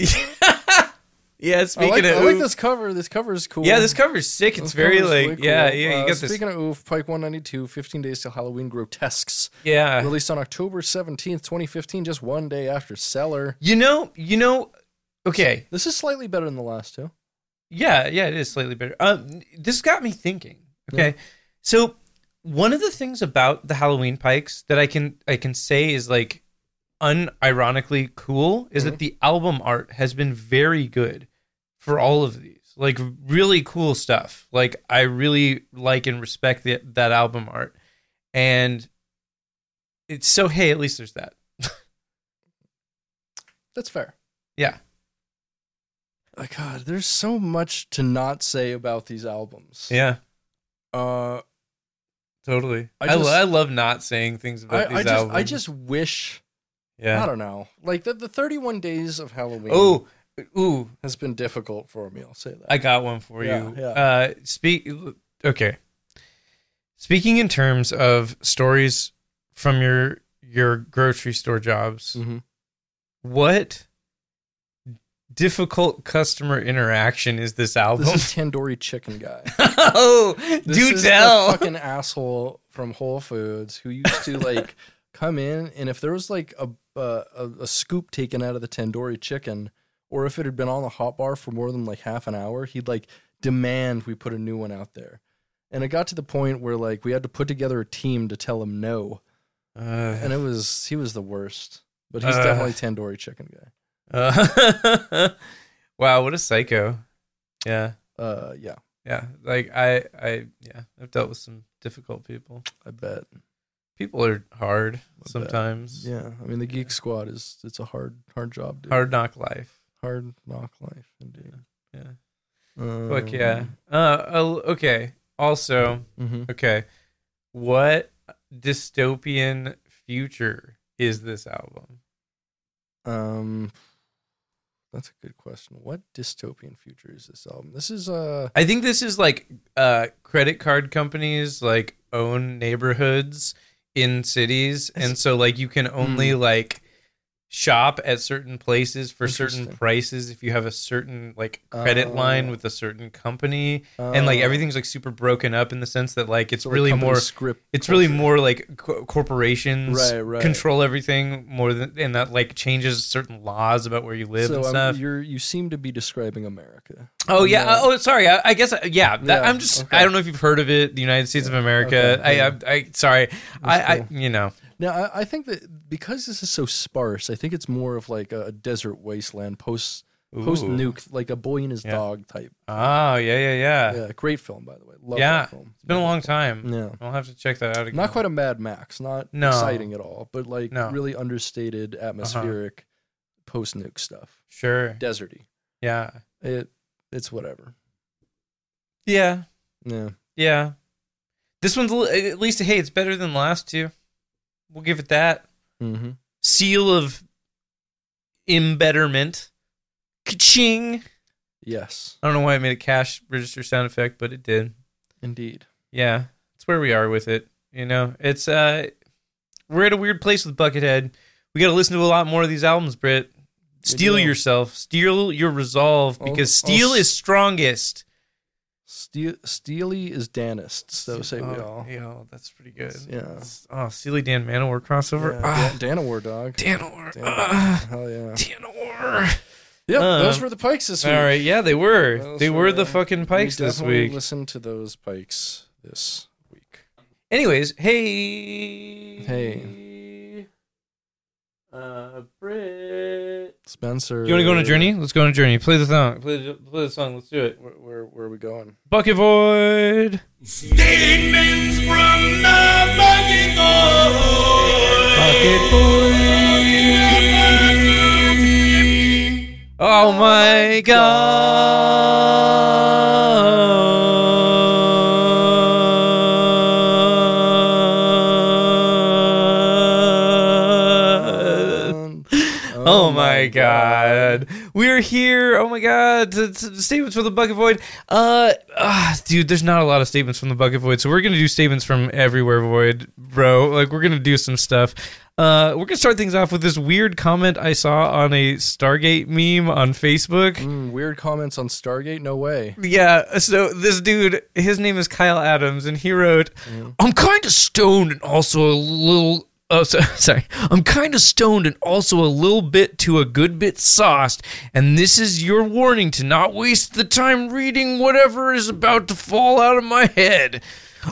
[SPEAKER 1] yeah.
[SPEAKER 2] I
[SPEAKER 1] Speaking
[SPEAKER 2] like,
[SPEAKER 1] of
[SPEAKER 2] I like
[SPEAKER 1] oof.
[SPEAKER 2] this cover. This cover is cool.
[SPEAKER 1] yeah, this cover's sick.
[SPEAKER 2] This
[SPEAKER 1] It's very
[SPEAKER 2] cover's
[SPEAKER 1] like
[SPEAKER 2] really
[SPEAKER 1] yeah,
[SPEAKER 2] cool.
[SPEAKER 1] yeah. You
[SPEAKER 2] Uh,
[SPEAKER 1] got this.
[SPEAKER 2] Speaking of oof, Pike 192, 15 Days Till Halloween Grotesques.
[SPEAKER 1] Yeah.
[SPEAKER 2] Released on October 17th, 2015, just one day after Cellar.
[SPEAKER 1] You know. You know. Okay.
[SPEAKER 2] This is slightly better than the last two.
[SPEAKER 1] Yeah, yeah, it is slightly better. Um, this got me thinking. Okay, so one of the things about the Halloween Pikes that I can I can say is like unironically cool is that the album art has been very good for all of these. Like really cool stuff. Like I really like and respect the, that album art, and it's so hey, at least there's that.
[SPEAKER 2] That's fair.
[SPEAKER 1] Yeah.
[SPEAKER 2] Oh, God, there's so much to not say about these albums.
[SPEAKER 1] Yeah,
[SPEAKER 2] Uh,
[SPEAKER 1] totally.
[SPEAKER 2] I
[SPEAKER 1] I, lo-
[SPEAKER 2] just-
[SPEAKER 1] I love not saying things
[SPEAKER 2] I,
[SPEAKER 1] about
[SPEAKER 2] I
[SPEAKER 1] these
[SPEAKER 2] just,
[SPEAKER 1] albums.
[SPEAKER 2] I just wish.
[SPEAKER 1] yeah.
[SPEAKER 2] I don't know. Like the, the 31 days of Halloween
[SPEAKER 1] Oh, ooh,
[SPEAKER 2] has been difficult for me. I'll say that.
[SPEAKER 1] I got one for
[SPEAKER 2] Yeah,
[SPEAKER 1] you.
[SPEAKER 2] yeah.
[SPEAKER 1] Uh, speak. Okay. Speaking in terms of stories from your your grocery store jobs,
[SPEAKER 2] Mhm.
[SPEAKER 1] what difficult customer interaction is this album?
[SPEAKER 2] This is Tandoori Chicken Guy.
[SPEAKER 1] oh,
[SPEAKER 2] This
[SPEAKER 1] do
[SPEAKER 2] is
[SPEAKER 1] tell.
[SPEAKER 2] The fucking asshole from Whole Foods who used to like come in, and if there was like a, uh, a a scoop taken out of the tandoori chicken, or if it had been on the hot bar for more than like half an hour, he'd like demand we put a new one out there. And it got to the point where like we had to put together a team to tell him no,
[SPEAKER 1] Uh,
[SPEAKER 2] and it was he was the worst. But he's
[SPEAKER 1] Uh.
[SPEAKER 2] definitely tandoori chicken guy.
[SPEAKER 1] uh, wow, what a psycho. Yeah.
[SPEAKER 2] Uh, yeah,
[SPEAKER 1] Yeah. Like I I yeah, I've dealt with some difficult people.
[SPEAKER 2] I bet.
[SPEAKER 1] People are hard
[SPEAKER 2] bet.
[SPEAKER 1] sometimes.
[SPEAKER 2] Yeah, I mean the Geek Squad is it's a hard hard job, dude.
[SPEAKER 1] Hard knock life.
[SPEAKER 2] Hard knock life, indeed.
[SPEAKER 1] Yeah.
[SPEAKER 2] Um,
[SPEAKER 1] Fuck yeah. Uh, oh, okay. Also,
[SPEAKER 2] hmm
[SPEAKER 1] okay. What dystopian future is this album?
[SPEAKER 2] Um, that's a good question. What dystopian future is this album? This is uh
[SPEAKER 1] I think this is like uh, credit card companies like own neighborhoods in cities, and so like you can only
[SPEAKER 2] Hmm.
[SPEAKER 1] like shop at certain places for certain
[SPEAKER 2] Interesting.
[SPEAKER 1] prices if you have a certain like credit line
[SPEAKER 2] Oh.
[SPEAKER 1] with a certain company and like
[SPEAKER 2] uh,
[SPEAKER 1] everything's like super broken up in the sense that like it's
[SPEAKER 2] so, like,
[SPEAKER 1] really
[SPEAKER 2] company
[SPEAKER 1] more
[SPEAKER 2] script.
[SPEAKER 1] it's really
[SPEAKER 2] culture.
[SPEAKER 1] more like co- corporations
[SPEAKER 2] Right, right.
[SPEAKER 1] control everything more than and that like changes certain laws about where you live
[SPEAKER 2] So
[SPEAKER 1] and
[SPEAKER 2] I'm-
[SPEAKER 1] stuff.
[SPEAKER 2] you're you seem to be describing America.
[SPEAKER 1] Oh yeah.
[SPEAKER 2] Yeah.
[SPEAKER 1] Oh, sorry. I, I guess yeah. That,
[SPEAKER 2] Yeah,
[SPEAKER 1] I'm just.
[SPEAKER 2] okay.
[SPEAKER 1] I don't know if you've heard of it, the United States of America.
[SPEAKER 2] okay,
[SPEAKER 1] I, I, I. Sorry. I,
[SPEAKER 2] cool.
[SPEAKER 1] I. You know.
[SPEAKER 2] Now I, I think that because this is so sparse, I think it's more of like a desert wasteland post post
[SPEAKER 1] Ooh.
[SPEAKER 2] nuke, like a boy and his
[SPEAKER 1] Yeah.
[SPEAKER 2] dog type.
[SPEAKER 1] Oh yeah yeah yeah. It's
[SPEAKER 2] Yeah, great film by the way. Love
[SPEAKER 1] Yeah.
[SPEAKER 2] that film.
[SPEAKER 1] been a long time.
[SPEAKER 2] Yeah.
[SPEAKER 1] I'll have to check that out again.
[SPEAKER 2] Not quite a Mad Max, not
[SPEAKER 1] No.
[SPEAKER 2] exciting at all, but like
[SPEAKER 1] No.
[SPEAKER 2] really understated, atmospheric, post nuke stuff,
[SPEAKER 1] sure.
[SPEAKER 2] deserty.
[SPEAKER 1] Yeah.
[SPEAKER 2] It it's whatever.
[SPEAKER 1] Yeah.
[SPEAKER 2] Yeah.
[SPEAKER 1] Yeah. This one's a li- at least hey, it's better than the last two. We'll give it that
[SPEAKER 2] Mm-hmm.
[SPEAKER 1] seal of embetterment. Ka-ching.
[SPEAKER 2] Yes,
[SPEAKER 1] I don't know why it made a cash register sound effect, but it did.
[SPEAKER 2] indeed.
[SPEAKER 1] Yeah, it's where we are with it. You know, it's uh, we're at a weird place with Buckethead. We got to listen to a lot more of these albums, Britt. Steal
[SPEAKER 2] do.
[SPEAKER 1] yourself, steal your resolve,
[SPEAKER 2] I'll-
[SPEAKER 1] because
[SPEAKER 2] I'll
[SPEAKER 1] steel
[SPEAKER 2] s-
[SPEAKER 1] is strongest.
[SPEAKER 2] Ste- Steely is Danist, so say we
[SPEAKER 1] oh,
[SPEAKER 2] all.
[SPEAKER 1] Yo, that's pretty good.
[SPEAKER 2] Yeah.
[SPEAKER 1] Oh, Steely Dan Manowar crossover.
[SPEAKER 2] Yeah,
[SPEAKER 1] Ah,
[SPEAKER 2] Dan- Danawar dog.
[SPEAKER 1] Danor.
[SPEAKER 2] Dan-
[SPEAKER 1] Ah,
[SPEAKER 2] Hell yeah.
[SPEAKER 1] Danor.
[SPEAKER 2] Yep,
[SPEAKER 1] Uh,
[SPEAKER 2] those were the pikes this
[SPEAKER 1] All
[SPEAKER 2] week.
[SPEAKER 1] right, uh, yeah, they were.
[SPEAKER 2] Those
[SPEAKER 1] they were the
[SPEAKER 2] were-
[SPEAKER 1] fucking pikes
[SPEAKER 2] we
[SPEAKER 1] this
[SPEAKER 2] definitely
[SPEAKER 1] week.
[SPEAKER 2] Listen to those pikes this week.
[SPEAKER 1] Anyways, hey.
[SPEAKER 2] Hey.
[SPEAKER 1] Uh, Brit.
[SPEAKER 2] Spencer,
[SPEAKER 1] You want to go on a journey? Let's go on a journey. Play the song. Play the, play the song. Let's do it.
[SPEAKER 2] Where, where, where are we going?
[SPEAKER 1] Bucket Void.
[SPEAKER 3] Statements from the bucket
[SPEAKER 1] Bucket Oh my god.
[SPEAKER 2] oh,
[SPEAKER 1] Oh my god. We're here. Oh my god. T- t- Statements from the Bucket Void. Uh, ah, dude, there's not a lot of statements from the Bucket Void, so we're going to do statements from everywhere void, bro. Like we're going to do some stuff. Uh, we're going to start things off with this weird comment I saw on a Stargate meme on Facebook.
[SPEAKER 2] Mm, weird comments on Stargate? No way.
[SPEAKER 1] Yeah, so this dude, his name is Kyle Adams, and he wrote, "I'm kind of stoned and also a little." Oh, so, sorry. I'm kind of stoned and also a little bit to a good bit sauced, and this is your warning to not waste the time reading whatever is about to fall out of my head.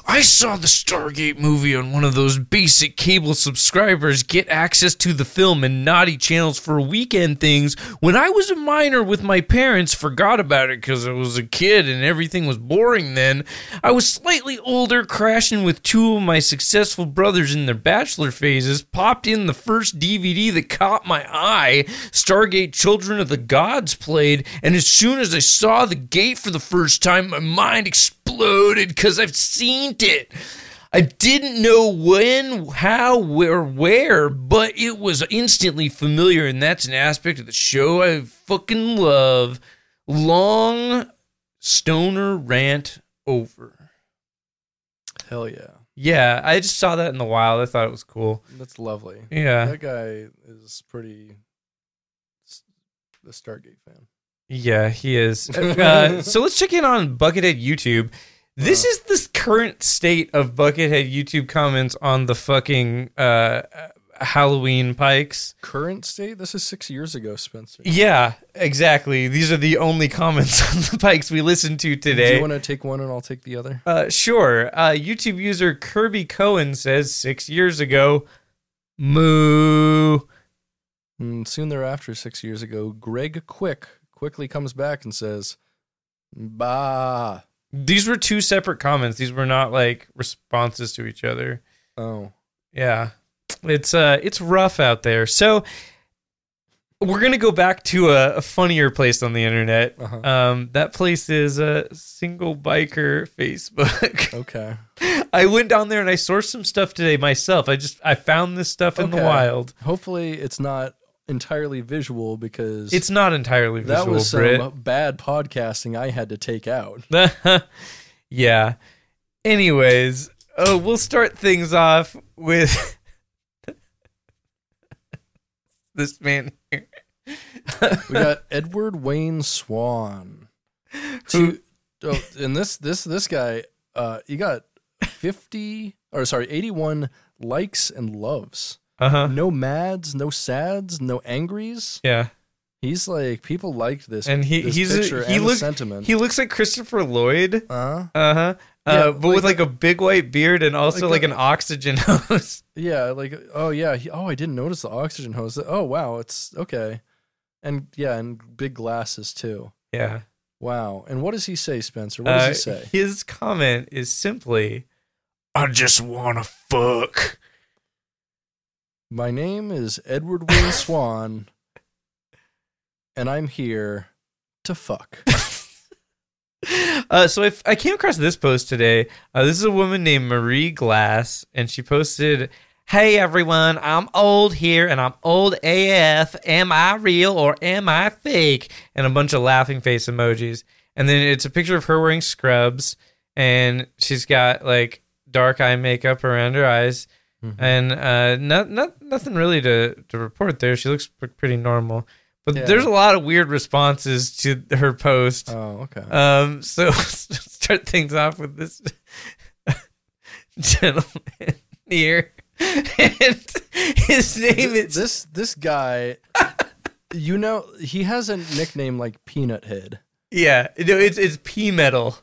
[SPEAKER 1] I saw the Stargate movie on one of those basic cable subscribers get access to the film and naughty channels for weekend things when I was a minor with my parents, forgot about it because I was a kid and everything was boring then. I was slightly older, crashing with two of my successful brothers in their bachelor phases, popped in the first DVD that caught my eye, Stargate Children of the Gods played, and as soon as I saw the gate for the first time, my mind exploded because I've seen it. I didn't know when, how, where, where, but it was instantly familiar, and that's an aspect of the show I fucking love. Long stoner rant over.
[SPEAKER 2] Hell yeah.
[SPEAKER 1] Yeah, I just saw that in the wild. I thought it was cool.
[SPEAKER 2] That's lovely.
[SPEAKER 1] Yeah,
[SPEAKER 2] That guy is pretty s- the Stargate fan.
[SPEAKER 1] yeah, he is. Uh, so let's check in on Buckethead YouTube.
[SPEAKER 2] Oh.
[SPEAKER 1] This is the current state of Buckethead YouTube comments on the fucking uh, Halloween pikes.
[SPEAKER 2] Current state? This is six years ago, Spencer.
[SPEAKER 1] Yeah, exactly. These are the only comments on the bikes we listened to
[SPEAKER 2] Do
[SPEAKER 1] today.
[SPEAKER 2] you want to take one and I'll take the other?
[SPEAKER 1] uh, sure. Uh, YouTube user Kirby Cohen says six years ago, moo.
[SPEAKER 2] And Mm, soon thereafter, six years ago, Greg Quick quickly comes back and says, Bah.
[SPEAKER 1] These were two separate comments. These were not like responses to each other.
[SPEAKER 2] Oh.
[SPEAKER 1] Yeah. It's uh it's rough out there. So we're gonna go back to a, a funnier place on the internet.
[SPEAKER 2] Uh-huh.
[SPEAKER 1] Um, that place is uh, single biker Facebook.
[SPEAKER 2] Okay.
[SPEAKER 1] I went down there and I sourced some stuff today myself. I just I found this stuff in the
[SPEAKER 2] Okay.
[SPEAKER 1] wild.
[SPEAKER 2] Hopefully, it's not entirely visual because
[SPEAKER 1] It's not entirely visual,
[SPEAKER 2] that was some
[SPEAKER 1] Brit.
[SPEAKER 2] bad podcasting I had to take out.
[SPEAKER 1] yeah. Anyways, oh, we'll start things off with this man here.
[SPEAKER 2] We got Edward Wayne Swan.
[SPEAKER 1] Who-
[SPEAKER 2] Two, oh, and this this this guy, uh, he got fifty or sorry, eighty one likes and loves.
[SPEAKER 1] Uh huh.
[SPEAKER 2] No mads, no sads, no angries.
[SPEAKER 1] Yeah,
[SPEAKER 2] He's like people liked this.
[SPEAKER 1] and he
[SPEAKER 2] this
[SPEAKER 1] he's
[SPEAKER 2] picture
[SPEAKER 1] a, he
[SPEAKER 2] and the
[SPEAKER 1] looks
[SPEAKER 2] sentiment.
[SPEAKER 1] he looks like Christopher Lloyd.
[SPEAKER 2] uh,
[SPEAKER 1] Uh huh.
[SPEAKER 2] Yeah,
[SPEAKER 1] Uh, but with
[SPEAKER 2] like
[SPEAKER 1] like a big white beard and also like,
[SPEAKER 2] like a-
[SPEAKER 1] an oxygen hose.
[SPEAKER 2] yeah, like oh yeah, he, oh I didn't notice the oxygen hose. Oh wow, it's okay, and yeah, and big glasses too.
[SPEAKER 1] Yeah.
[SPEAKER 2] Wow, and what does he say, Spencer? What does he
[SPEAKER 1] Uh,
[SPEAKER 2] say?
[SPEAKER 1] His comment is simply, "I just want to fuck."
[SPEAKER 2] My name is Edward Wayne Swan, and I'm here to fuck.
[SPEAKER 1] Uh, so I, f- I came across this post today. Uh, this is a woman named Marie Glass, and she posted, Hey everyone, I'm old here and I'm old AF. Am I real or am I fake? And a bunch of laughing face emojis. And then it's a picture of her wearing scrubs and she's got like dark eye makeup around her eyes.
[SPEAKER 2] Mhm.
[SPEAKER 1] And uh, not, not, nothing really to, to report there. She looks p- pretty normal. But
[SPEAKER 2] Yeah.
[SPEAKER 1] there's a lot of weird responses to her post.
[SPEAKER 2] Oh, okay.
[SPEAKER 1] Um, so start things off with this gentleman here, and his name
[SPEAKER 2] Th-
[SPEAKER 1] is
[SPEAKER 2] this this guy, you know, he has a nickname like Peanut Head.
[SPEAKER 1] yeah, no, it's it's P Metal.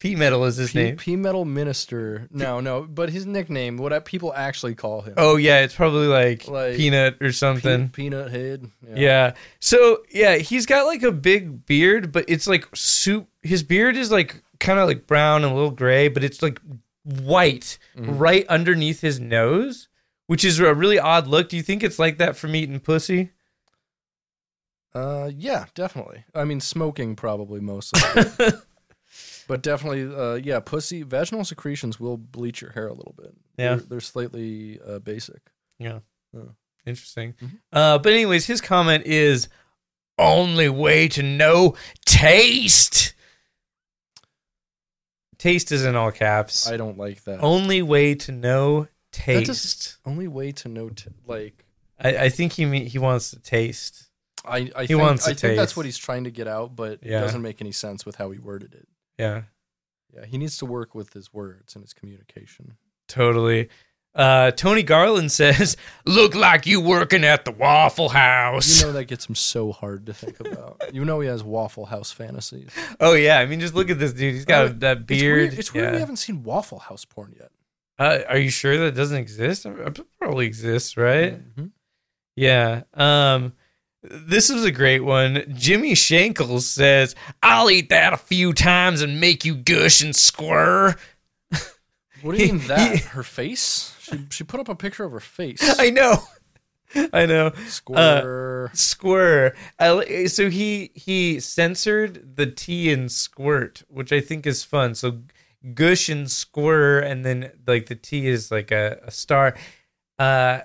[SPEAKER 1] P Metal is his
[SPEAKER 2] P,
[SPEAKER 1] name.
[SPEAKER 2] P Metal Minister. No, no, but his nickname, what I- people actually call him.
[SPEAKER 1] Oh yeah, it's probably like,
[SPEAKER 2] Like,
[SPEAKER 1] Peanut or
[SPEAKER 2] Pe-
[SPEAKER 1] something.
[SPEAKER 2] Peanut Head.
[SPEAKER 1] yeah. So yeah, he's got like a big beard, but it's like soup. His beard is like kind of like brown and a little gray, but it's like white
[SPEAKER 2] Mhm.
[SPEAKER 1] right underneath his nose, which is a really odd look. Do you think it's like that from eating pussy?
[SPEAKER 2] Uh, yeah, definitely. I mean, smoking probably mostly. but definitely, uh, yeah, pussy, vaginal secretions will bleach your hair a little bit.
[SPEAKER 1] Yeah.
[SPEAKER 2] They're, they're slightly uh, basic.
[SPEAKER 1] Interesting.
[SPEAKER 2] Mhm.
[SPEAKER 1] Uh, but anyways, his comment is only way to know taste. Taste is in all caps.
[SPEAKER 2] I don't like that.
[SPEAKER 1] only way to know
[SPEAKER 2] That
[SPEAKER 1] taste.
[SPEAKER 2] just- Only way to know, t- like,
[SPEAKER 1] I, I think he me- he wants to taste.
[SPEAKER 2] I, I,
[SPEAKER 1] He
[SPEAKER 2] think,
[SPEAKER 1] wants
[SPEAKER 2] I
[SPEAKER 1] a
[SPEAKER 2] think that's
[SPEAKER 1] taste.
[SPEAKER 2] what he's trying to get out, but
[SPEAKER 1] Yeah.
[SPEAKER 2] it doesn't make any sense with how he worded it.
[SPEAKER 1] Yeah,
[SPEAKER 2] Yeah, he needs to work with his words and his communication.
[SPEAKER 1] totally. Uh, Tony Garland says, "Look like you working at the Waffle House."
[SPEAKER 2] You know that gets him so hard to think about. you know he has Waffle House fantasies.
[SPEAKER 1] oh yeah, I mean, just look at this dude. He's got
[SPEAKER 2] Uh,
[SPEAKER 1] that
[SPEAKER 2] It's
[SPEAKER 1] beard.
[SPEAKER 2] weird, it's weird we
[SPEAKER 1] Yeah.
[SPEAKER 2] haven't seen Waffle House porn yet.
[SPEAKER 1] Uh, are you sure that doesn't exist? It probably exists, right?
[SPEAKER 2] Mhm.
[SPEAKER 1] Yeah. Um, this is a great one. Jimmy Shankles says, "I'll eat that a few times and make you gush and squirr."
[SPEAKER 2] What do you
[SPEAKER 1] He-
[SPEAKER 2] mean that?
[SPEAKER 1] he-
[SPEAKER 2] her face? She she put up a picture of her face.
[SPEAKER 1] I uh, know. I know.
[SPEAKER 2] Square.
[SPEAKER 1] Squirr. I li- so he he censored the T in squirt, which I think is fun. So gush and squirr, and then like the T is like a, a star. Uh,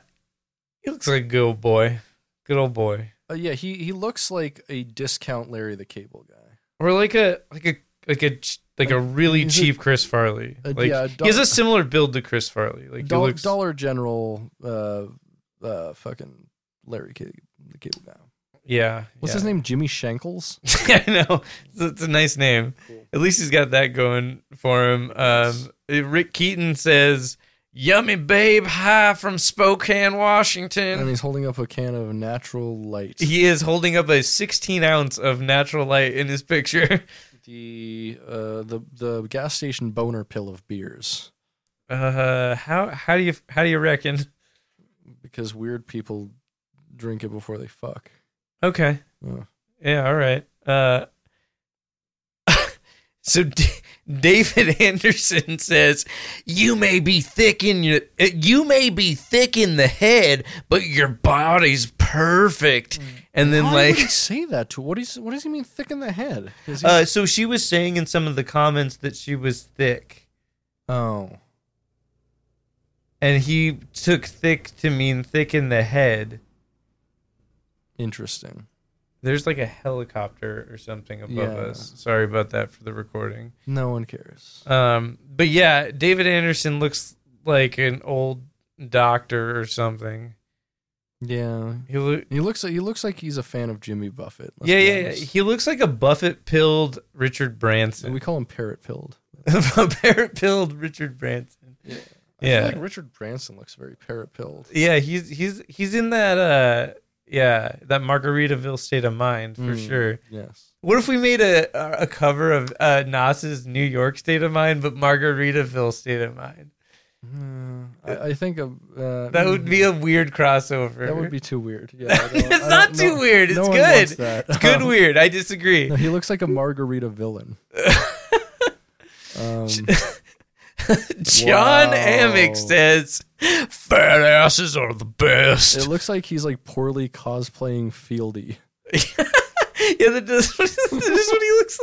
[SPEAKER 1] he looks like a good old boy. Good old boy,
[SPEAKER 2] Uh, yeah, he he looks like a discount Larry the Cable guy.
[SPEAKER 1] or like a like a like a ch- like a really
[SPEAKER 2] He's a-
[SPEAKER 1] cheap Chris Farley.
[SPEAKER 2] Uh,
[SPEAKER 1] Like
[SPEAKER 2] yeah,
[SPEAKER 1] he has a
[SPEAKER 2] doll-
[SPEAKER 1] similar build to Chris Farley. Like he
[SPEAKER 2] Doll-
[SPEAKER 1] looks.
[SPEAKER 2] Dollar General, uh, uh, fucking Larry Ca- the Cable guy.
[SPEAKER 1] yeah. yeah.
[SPEAKER 2] What's his name? Jimmy Shankles.
[SPEAKER 1] I know it's, it's a nice name.
[SPEAKER 2] Cool.
[SPEAKER 1] At least he's got that going for him. Um, Rick Keaton says, "Yummy babe, hi from Spokane, Washington."
[SPEAKER 2] and he's holding up a can of natural light.
[SPEAKER 1] he is holding up a 16 ounce of natural light in his picture.
[SPEAKER 2] the uh, the the gas station boner pill of beers
[SPEAKER 1] Uh, how how do you how do you reckon?
[SPEAKER 2] because weird people drink it before they fuck.
[SPEAKER 1] Okay,
[SPEAKER 2] Oh.
[SPEAKER 1] yeah, all right. Uh, so D- David Anderson says, "You may be thick in your, you may be thick in the head, but your body's perfect." And then
[SPEAKER 2] Mm. Why
[SPEAKER 1] like,
[SPEAKER 2] would he say that to? What is what does he mean thick in the head? Is he-
[SPEAKER 1] uh, so she was saying in some of the comments that she was thick,
[SPEAKER 2] oh,
[SPEAKER 1] and he took thick to mean thick in the head.
[SPEAKER 2] interesting.
[SPEAKER 1] There's like a helicopter or something above
[SPEAKER 2] Yeah.
[SPEAKER 1] us. Sorry about that for the recording.
[SPEAKER 2] No one cares.
[SPEAKER 1] Um, but yeah, David Anderson looks like an old doctor or something.
[SPEAKER 2] Yeah,
[SPEAKER 1] He look,
[SPEAKER 2] he looks like he looks like he's a fan of Jimmy Buffett. let's
[SPEAKER 1] yeah,
[SPEAKER 2] be
[SPEAKER 1] yeah, yeah.
[SPEAKER 2] honest.
[SPEAKER 1] He looks like a Buffett pilled Richard
[SPEAKER 2] we
[SPEAKER 1] Branson.
[SPEAKER 2] call him Parrot Pilled.
[SPEAKER 1] a parrot pilled Richard Branson.
[SPEAKER 2] Yeah. I
[SPEAKER 1] Yeah.
[SPEAKER 2] feel like Richard Branson looks very parrot pilled.
[SPEAKER 1] Yeah, he's he's he's in that uh yeah, that Margaritaville state of mind for
[SPEAKER 2] Mm.
[SPEAKER 1] sure.
[SPEAKER 2] Yes.
[SPEAKER 1] What if we made a a cover of uh Nas's New York state of mind but Margaritaville state of mind?
[SPEAKER 2] Uh, I, I think of uh,
[SPEAKER 1] That would be a weird crossover.
[SPEAKER 2] that would be too weird. Yeah, I don't- I
[SPEAKER 1] it's
[SPEAKER 2] don't-
[SPEAKER 1] not too
[SPEAKER 2] no-
[SPEAKER 1] weird. It's
[SPEAKER 2] no one
[SPEAKER 1] good.
[SPEAKER 2] wants that.
[SPEAKER 1] It's good weird. I disagree.
[SPEAKER 2] No, he looks like a margarita villain. um,
[SPEAKER 1] John
[SPEAKER 2] Wow.
[SPEAKER 1] Amick says fat asses are the
[SPEAKER 2] it
[SPEAKER 1] best.
[SPEAKER 2] looks like he's like poorly cosplaying Fieldy.
[SPEAKER 1] yeah, that does that is what he looks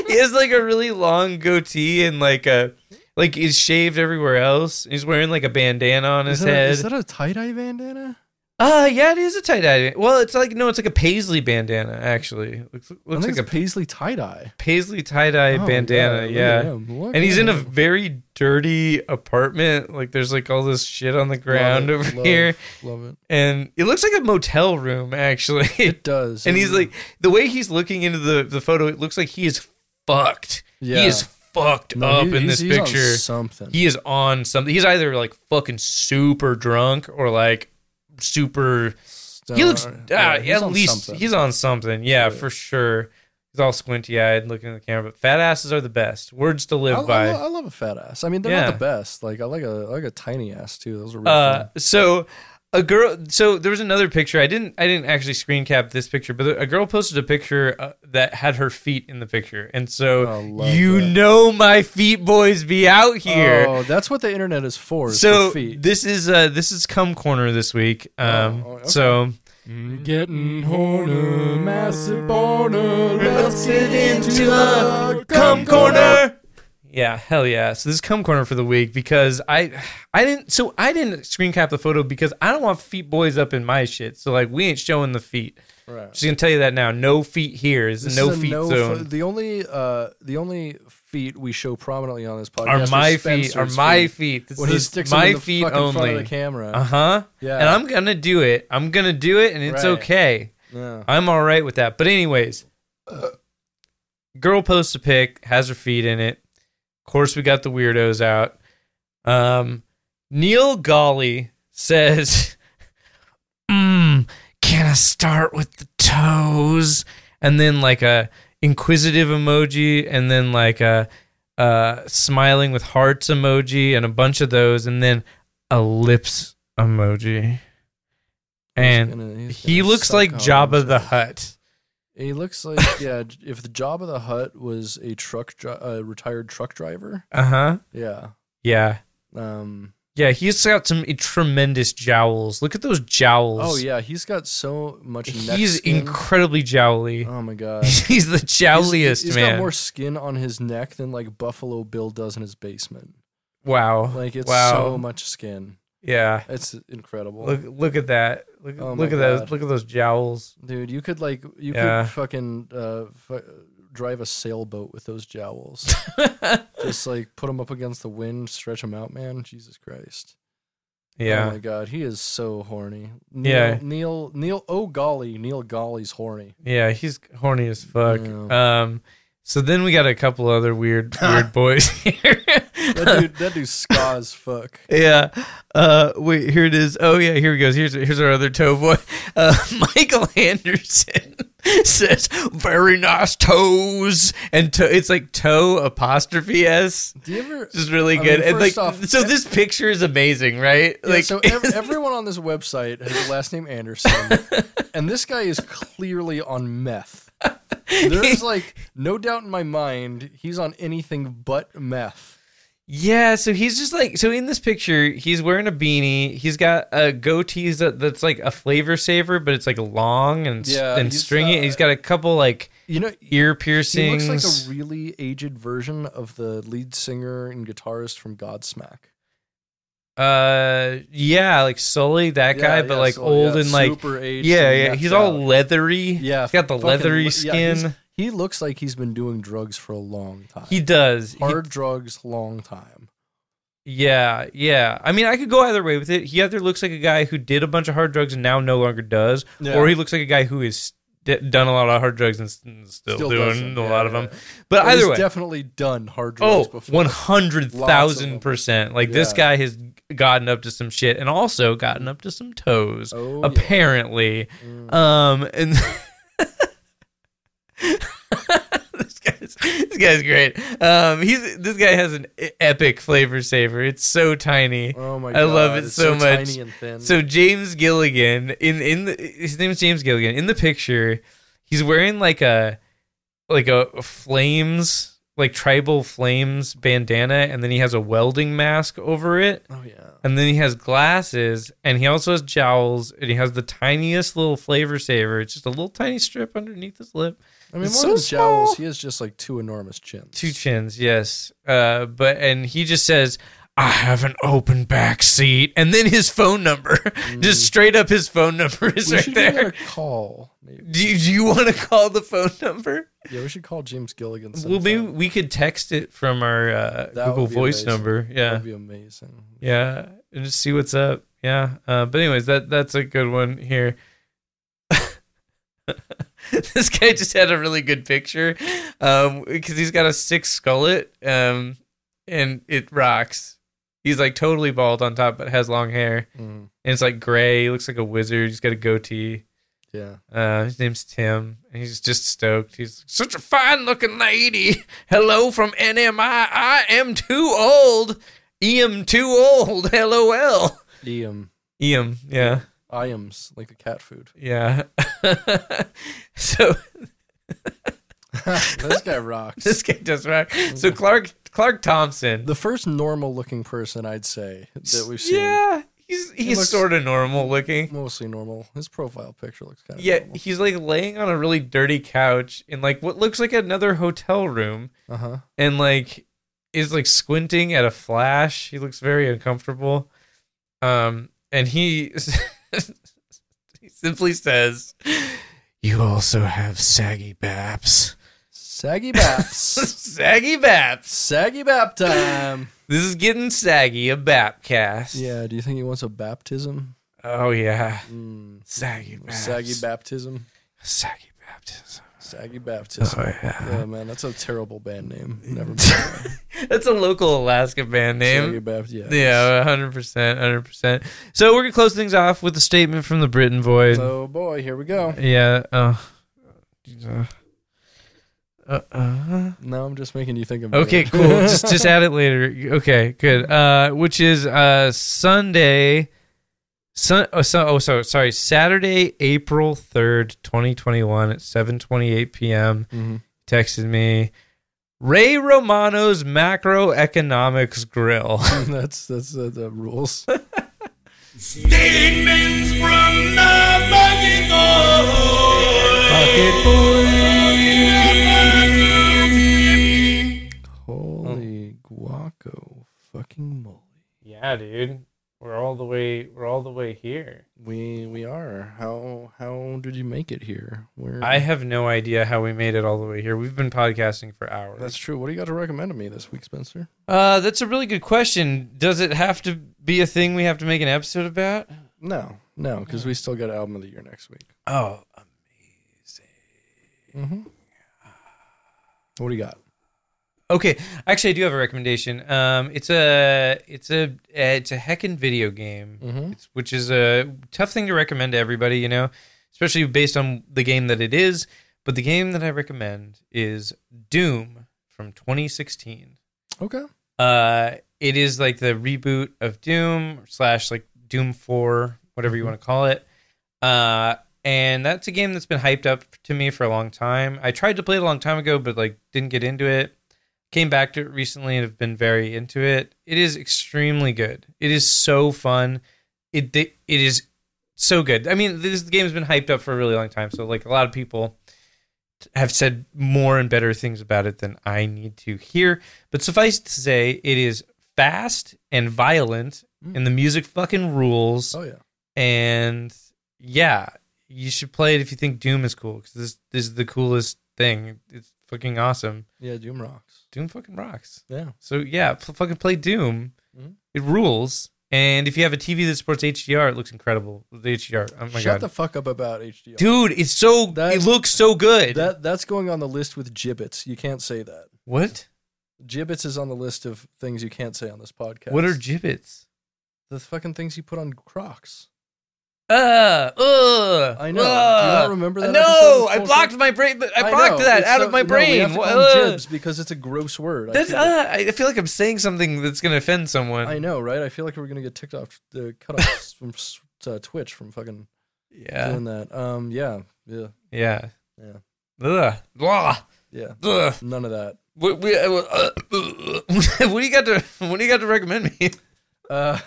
[SPEAKER 1] like. he has like a really long goatee and like a like he's shaved everywhere else. He's wearing like a bandana on his
[SPEAKER 2] is, that a,
[SPEAKER 1] head.
[SPEAKER 2] is that a tie dye bandana?
[SPEAKER 1] Uh yeah, it is a tie dye. Well, it's like no, it's like a paisley bandana actually. Looks,
[SPEAKER 2] I
[SPEAKER 1] looks like
[SPEAKER 2] think
[SPEAKER 1] a
[SPEAKER 2] it's paisley Oh, tie dye.
[SPEAKER 1] paisley tie dye bandana. Yeah, and he's in a very dirty apartment. Like there's like all this shit on the ground over here,
[SPEAKER 2] Love it.
[SPEAKER 1] and it looks like a motel room actually.
[SPEAKER 2] It does.
[SPEAKER 1] and he's like the way he's looking into the the photo. It looks like he is fucked.
[SPEAKER 2] Yeah.
[SPEAKER 1] He is fucked
[SPEAKER 2] No,
[SPEAKER 1] up
[SPEAKER 2] he-
[SPEAKER 1] in this
[SPEAKER 2] he's- he's on
[SPEAKER 1] picture.
[SPEAKER 2] something.
[SPEAKER 1] he is on something. He's either like fucking super drunk or like super
[SPEAKER 2] So,
[SPEAKER 1] he looks uh,
[SPEAKER 2] yeah, he's
[SPEAKER 1] at
[SPEAKER 2] on
[SPEAKER 1] least
[SPEAKER 2] something.
[SPEAKER 1] he's on something. Yeah, for sure. He's all squinty eyed, looking at the camera. But fat asses are the best. Words to
[SPEAKER 2] I,
[SPEAKER 1] live
[SPEAKER 2] I
[SPEAKER 1] by.
[SPEAKER 2] lo- I love a fat ass. I mean, they're
[SPEAKER 1] Yeah.
[SPEAKER 2] not the best. Like I like a I like a tiny ass too. Those are really
[SPEAKER 1] uh,
[SPEAKER 2] fun.
[SPEAKER 1] so a girl. So there was another picture. I didn't. I didn't actually screen cap this picture, but a girl posted a picture uh, that had her feet in the picture, and
[SPEAKER 2] Oh, I
[SPEAKER 1] so
[SPEAKER 2] love
[SPEAKER 1] you
[SPEAKER 2] that.
[SPEAKER 1] know my feet boys be out here.
[SPEAKER 2] Oh, that's what the internet is for. is
[SPEAKER 1] so
[SPEAKER 2] for feet.
[SPEAKER 1] this is uh, this is cum corner this week. Um,
[SPEAKER 2] Oh, okay.
[SPEAKER 1] So
[SPEAKER 2] Getting horny, massive boner. Let's get into the
[SPEAKER 1] Come corner. Yeah, hell yeah. So this is cum corner for the week because I I didn't so I didn't screen cap the photo because I don't want feet boys up in my shit. So like we ain't showing the feet.
[SPEAKER 2] Right.
[SPEAKER 1] Just gonna tell you that now. No feet here. This is
[SPEAKER 2] This
[SPEAKER 1] no
[SPEAKER 2] is a
[SPEAKER 1] feet
[SPEAKER 2] fo-
[SPEAKER 1] zone.
[SPEAKER 2] the only uh, the only feet we show prominently on this podcast
[SPEAKER 1] are my
[SPEAKER 2] is
[SPEAKER 1] feet are
[SPEAKER 2] Spencer's
[SPEAKER 1] my feet. This
[SPEAKER 2] When he
[SPEAKER 1] is
[SPEAKER 2] sticks them
[SPEAKER 1] my
[SPEAKER 2] in the
[SPEAKER 1] feet
[SPEAKER 2] fucking front of the
[SPEAKER 1] only.
[SPEAKER 2] camera.
[SPEAKER 1] Uh huh.
[SPEAKER 2] Yeah.
[SPEAKER 1] And I'm gonna do it. I'm gonna do it, and it's
[SPEAKER 2] Right.
[SPEAKER 1] okay.
[SPEAKER 2] Yeah.
[SPEAKER 1] I'm all right with that. But anyways, girl posts a pic, has her feet in it. Of course, we got the weirdos out. Um, Neil Golly says, mm, "Can I start with the toes?" And then like a inquisitive emoji, and then like a uh, smiling with hearts emoji, and a bunch of those, and then a lips emoji. And
[SPEAKER 2] He's gonna- he's
[SPEAKER 1] he
[SPEAKER 2] gonna
[SPEAKER 1] looks
[SPEAKER 2] suck
[SPEAKER 1] like
[SPEAKER 2] on
[SPEAKER 1] Jabba the
[SPEAKER 2] himself.
[SPEAKER 1] Hutt.
[SPEAKER 2] He looks like yeah. j- If the Jabba the Hutt was a truck, dri- a retired truck driver,
[SPEAKER 1] Uh huh.
[SPEAKER 2] yeah.
[SPEAKER 1] Yeah.
[SPEAKER 2] Um.
[SPEAKER 1] Yeah. He's got some tremendous jowls. Look at those jowls.
[SPEAKER 2] Oh yeah, he's got so much. Neck
[SPEAKER 1] He's
[SPEAKER 2] skin.
[SPEAKER 1] incredibly jowly.
[SPEAKER 2] Oh my god.
[SPEAKER 1] he's the
[SPEAKER 2] He's-
[SPEAKER 1] jowliest
[SPEAKER 2] he's
[SPEAKER 1] man.
[SPEAKER 2] got more skin on his neck than like Buffalo Bill does in his basement.
[SPEAKER 1] wow.
[SPEAKER 2] Like it's
[SPEAKER 1] Oh, wow.
[SPEAKER 2] so much skin.
[SPEAKER 1] yeah.
[SPEAKER 2] It's incredible.
[SPEAKER 1] Look! Look at that! Look,
[SPEAKER 2] Oh my
[SPEAKER 1] look at those!
[SPEAKER 2] God.
[SPEAKER 1] Look at those jowls!
[SPEAKER 2] Dude, you could like you
[SPEAKER 1] Yeah.
[SPEAKER 2] could fucking uh, fu- drive a sailboat with those jowls. Just like put them up against the wind, stretch them out, man. Jesus Christ. Oh
[SPEAKER 1] Yeah,
[SPEAKER 2] my God, he is so horny. Neil,
[SPEAKER 1] Yeah.
[SPEAKER 2] Neil. Neil. Oh golly, Neil Golly's horny.
[SPEAKER 1] yeah. He's horny as fuck.
[SPEAKER 2] Yeah.
[SPEAKER 1] Um, so then we got a couple other weird, weird boys here.
[SPEAKER 2] That dude. that dude ska as fuck.
[SPEAKER 1] Yeah. Uh, wait, here it is. Oh yeah, here he goes. Here's here's our other toe boy, uh, Michael Anderson. Says very nice toes and to- it's like toe apostrophe s.
[SPEAKER 2] Do you ever?
[SPEAKER 1] This is really
[SPEAKER 2] I
[SPEAKER 1] good.
[SPEAKER 2] mean,
[SPEAKER 1] and like,
[SPEAKER 2] first off, eh
[SPEAKER 1] so this picture is amazing, right?
[SPEAKER 2] Yeah,
[SPEAKER 1] like,
[SPEAKER 2] so ev- everyone on this website has the last name Anderson, and this guy is clearly on meth. There's like no doubt in my mind he's on anything but meth.
[SPEAKER 1] yeah. So he's just like so in this picture, he's wearing a beanie. He's got a goatee that, that's like a flavor saver, but it's like long and s-
[SPEAKER 2] Yeah,
[SPEAKER 1] and
[SPEAKER 2] he's,
[SPEAKER 1] stringy.
[SPEAKER 2] uh,
[SPEAKER 1] and he's got a couple like
[SPEAKER 2] You know,
[SPEAKER 1] ear
[SPEAKER 2] he
[SPEAKER 1] piercings.
[SPEAKER 2] looks like a really aged version of the lead singer and guitarist from Godsmack.
[SPEAKER 1] Uh, yeah, like Sully, that guy, but like old and like,
[SPEAKER 2] super aged.
[SPEAKER 1] yeah,
[SPEAKER 2] and
[SPEAKER 1] yeah,
[SPEAKER 2] methed
[SPEAKER 1] he's all
[SPEAKER 2] out.
[SPEAKER 1] leathery.
[SPEAKER 2] yeah,
[SPEAKER 1] he's got the
[SPEAKER 2] fucking
[SPEAKER 1] leathery
[SPEAKER 2] le- yeah,
[SPEAKER 1] skin.
[SPEAKER 2] he's- he looks like he's been doing drugs for a long time.
[SPEAKER 1] he does. He-
[SPEAKER 2] Hard drugs, long time.
[SPEAKER 1] yeah, yeah. I mean, I could go either way with it. He either looks like a guy who did a bunch of hard drugs and now no longer does,
[SPEAKER 2] Yeah.
[SPEAKER 1] or he looks like a guy who is d- done a lot of hard drugs and s- and still,
[SPEAKER 2] Still does
[SPEAKER 1] doing
[SPEAKER 2] them.
[SPEAKER 1] a
[SPEAKER 2] Yeah,
[SPEAKER 1] lot of
[SPEAKER 2] yeah,
[SPEAKER 1] them.
[SPEAKER 2] yeah.
[SPEAKER 1] But
[SPEAKER 2] But
[SPEAKER 1] either
[SPEAKER 2] he's
[SPEAKER 1] way,
[SPEAKER 2] definitely done hard drugs
[SPEAKER 1] Oh,
[SPEAKER 2] before.
[SPEAKER 1] one hundred thousand percent. Like this
[SPEAKER 2] Yeah.
[SPEAKER 1] guy has gotten up to some shit, and also gotten up to some toes,
[SPEAKER 2] Oh, yeah. Mm.
[SPEAKER 1] apparently. Um, and this guy's this guy's great. Um, he's this guy has an e- epic flavor saver. It's so tiny.
[SPEAKER 2] Oh my
[SPEAKER 1] I
[SPEAKER 2] god!
[SPEAKER 1] love it
[SPEAKER 2] it's
[SPEAKER 1] so much.
[SPEAKER 2] Tiny and thin.
[SPEAKER 1] So James Gilligan in in the, his name is James Gilligan in the picture. He's wearing like a like a flames like tribal flames bandana, and then he has a welding mask over it,
[SPEAKER 2] oh yeah.
[SPEAKER 1] and then he has glasses, and he also has jowls, and he has the tiniest little flavor saver. It's just a little tiny strip underneath his lip,
[SPEAKER 2] I mean,
[SPEAKER 1] It's
[SPEAKER 2] one of his
[SPEAKER 1] so small.
[SPEAKER 2] jowls, he has just like two enormous chins.
[SPEAKER 1] Two chins, yes. Uh, but and he just says, "I have an open back seat," and then his phone number, just straight up, his phone number is
[SPEAKER 2] Mm. we
[SPEAKER 1] right
[SPEAKER 2] should give
[SPEAKER 1] there.
[SPEAKER 2] it a call. Maybe.
[SPEAKER 1] Do you, do you want to call the phone number?
[SPEAKER 2] Yeah, we should call James Gilligan.
[SPEAKER 1] Well, maybe
[SPEAKER 2] sometime.
[SPEAKER 1] we could text it from our uh,
[SPEAKER 2] That
[SPEAKER 1] Google
[SPEAKER 2] would be
[SPEAKER 1] Voice
[SPEAKER 2] amazing.
[SPEAKER 1] number. Yeah,
[SPEAKER 2] That'd be amazing.
[SPEAKER 1] yeah, and just see what's up. Yeah, uh, but anyways, that that's a good one here. this guy just had a really good picture because he's got a six skullet, um, and it rocks. He's like totally bald on top, but has long hair,
[SPEAKER 2] Mm,
[SPEAKER 1] and it's like gray. He looks like a wizard. He's got a goatee.
[SPEAKER 2] yeah.
[SPEAKER 1] Uh, his name's Tim, and he's just stoked. He's such a fine looking lady. Hello from NMI. I am too old. EM too old. LOL.
[SPEAKER 2] Liam.
[SPEAKER 1] EM, E yeah,
[SPEAKER 2] Iams, like a cat food.
[SPEAKER 1] yeah. so
[SPEAKER 2] this guy rocks.
[SPEAKER 1] this guy does rock. So Clark Clark Thompson.
[SPEAKER 2] the first normal looking person I'd say that we've seen.
[SPEAKER 1] Yeah, he's he's
[SPEAKER 2] looks-
[SPEAKER 1] sort of normal looking.
[SPEAKER 2] Mostly normal. His profile picture looks kind of
[SPEAKER 1] Yeah, he's like laying on a really dirty couch in like what looks like another hotel room.
[SPEAKER 2] Uh huh.
[SPEAKER 1] and like is like squinting at a flash. He looks very uncomfortable. Um, and he he simply says, "You also have saggy baps."
[SPEAKER 2] Saggy Baps.
[SPEAKER 1] saggy baps.
[SPEAKER 2] Saggy Bap time.
[SPEAKER 1] This is getting saggy a bap cast.
[SPEAKER 2] Yeah. Do you think he wants a baptism?
[SPEAKER 1] Oh yeah.
[SPEAKER 2] Mm.
[SPEAKER 1] Saggy baps.
[SPEAKER 2] Saggy baptism.
[SPEAKER 1] Saggy baptism.
[SPEAKER 2] Saggy baptism.
[SPEAKER 1] Oh yeah.
[SPEAKER 2] Yeah, man, that's a terrible band name. Never mind.
[SPEAKER 1] That's a local Alaska band name.
[SPEAKER 2] Saggy Bap- yeah.
[SPEAKER 1] Yeah, hundred percent, hundred percent. So we're gonna close things off with a statement from the Britain Void.
[SPEAKER 2] Oh boy, here we go.
[SPEAKER 1] Yeah. Uh, uh, uh,
[SPEAKER 2] Now I'm just making you think of
[SPEAKER 1] okay, cool. just just add it later. Okay, good. Uh, which is uh Sunday. Sun, oh, so, oh, so, sorry. Saturday, April third, twenty twenty one, at seven twenty eight p.m.
[SPEAKER 2] Mhm.
[SPEAKER 1] Texted me, Ray Romano's macroeconomics grill.
[SPEAKER 2] that's that's uh, the rules.
[SPEAKER 3] Statements from the Bucket Boy.
[SPEAKER 1] Oh.
[SPEAKER 2] Holy guaco, fucking moly.
[SPEAKER 1] Yeah, dude, we're all the way. We're all the way here.
[SPEAKER 2] We we are. How how did you make it here? Where
[SPEAKER 1] I have no idea how we made it all the way here. We've been podcasting for hours.
[SPEAKER 2] That's true. What do you got to recommend to me this week, Spencer?
[SPEAKER 1] Uh, that's a really good question. Does it have to be a thing we have to make an episode about?
[SPEAKER 2] No, no, because we still got album of the year next week. Mm-hmm.
[SPEAKER 1] Oh,
[SPEAKER 2] What do you got?
[SPEAKER 1] okay. Actually, I do have a recommendation. Um, it's a it's a uh, it's a heckin' video game, it's, which is a tough thing to recommend to everybody, you know, especially based on the game that it is. But the game that I recommend is Doom from 2016.
[SPEAKER 2] Okay.
[SPEAKER 1] Uh, it is like the reboot of Doom slash like Doom Four, whatever you want to call it. Uh, and that's a game that's been hyped up to me for a long time. I tried to play it a long time ago, but like didn't get into it. Came back to it recently and have been very into it. It is extremely good. It is so fun. It it is so good. I mean, this game has been hyped up for a really long time, so like a lot of people have said more and better things about it than I need to hear. But suffice to say, it is fast and violent, and the music fucking rules.
[SPEAKER 2] Oh yeah.
[SPEAKER 1] And yeah, you should play it if you think Doom is cool because this this is the coolest thing. It's fucking awesome.
[SPEAKER 2] Yeah, Doom rocks.
[SPEAKER 1] Doom fucking rocks.
[SPEAKER 2] Yeah.
[SPEAKER 1] So yeah, p- fucking play Doom.
[SPEAKER 2] Mhm.
[SPEAKER 1] It rules. And if you have a TV that supports HDR, it looks incredible. The HDR. Oh my god.
[SPEAKER 2] Shut the fuck up about HDR.
[SPEAKER 1] Dude, it's so
[SPEAKER 2] That-
[SPEAKER 1] it looks so good.
[SPEAKER 2] That that's going on the list with gibbets. You can't say that.
[SPEAKER 1] what?
[SPEAKER 2] Gibbets is on the list of things you can't say on this podcast.
[SPEAKER 1] What are gibbets?
[SPEAKER 2] the fucking things you put on Crocs?
[SPEAKER 1] Uh, uh,
[SPEAKER 2] I know. Do you
[SPEAKER 1] uh.
[SPEAKER 2] not remember that episode
[SPEAKER 1] No,
[SPEAKER 2] of
[SPEAKER 1] I
[SPEAKER 2] Bullshit?
[SPEAKER 1] blocked my brain. I blocked
[SPEAKER 2] know,
[SPEAKER 1] that
[SPEAKER 2] it's
[SPEAKER 1] out
[SPEAKER 2] so-
[SPEAKER 1] of my
[SPEAKER 2] no, we
[SPEAKER 1] brain.
[SPEAKER 2] have to
[SPEAKER 1] Wha-
[SPEAKER 2] call them
[SPEAKER 1] uh.
[SPEAKER 2] jibs because it's a gross word. I
[SPEAKER 1] That's,
[SPEAKER 2] feel like-
[SPEAKER 1] uh, I I feel like I'm saying something that's gonna offend someone.
[SPEAKER 2] I know, right? I feel like we're gonna get ticked off, uh, cut off from s- uh, Twitch from fucking
[SPEAKER 1] yeah,
[SPEAKER 2] doing that. Um, yeah, yeah,
[SPEAKER 1] yeah,
[SPEAKER 2] Yeah.
[SPEAKER 1] Ugh. Blah.
[SPEAKER 2] yeah.
[SPEAKER 1] Ugh.
[SPEAKER 2] None of that.
[SPEAKER 1] What, we, uh, uh, what do you got to What do you got to recommend me?
[SPEAKER 2] Uh,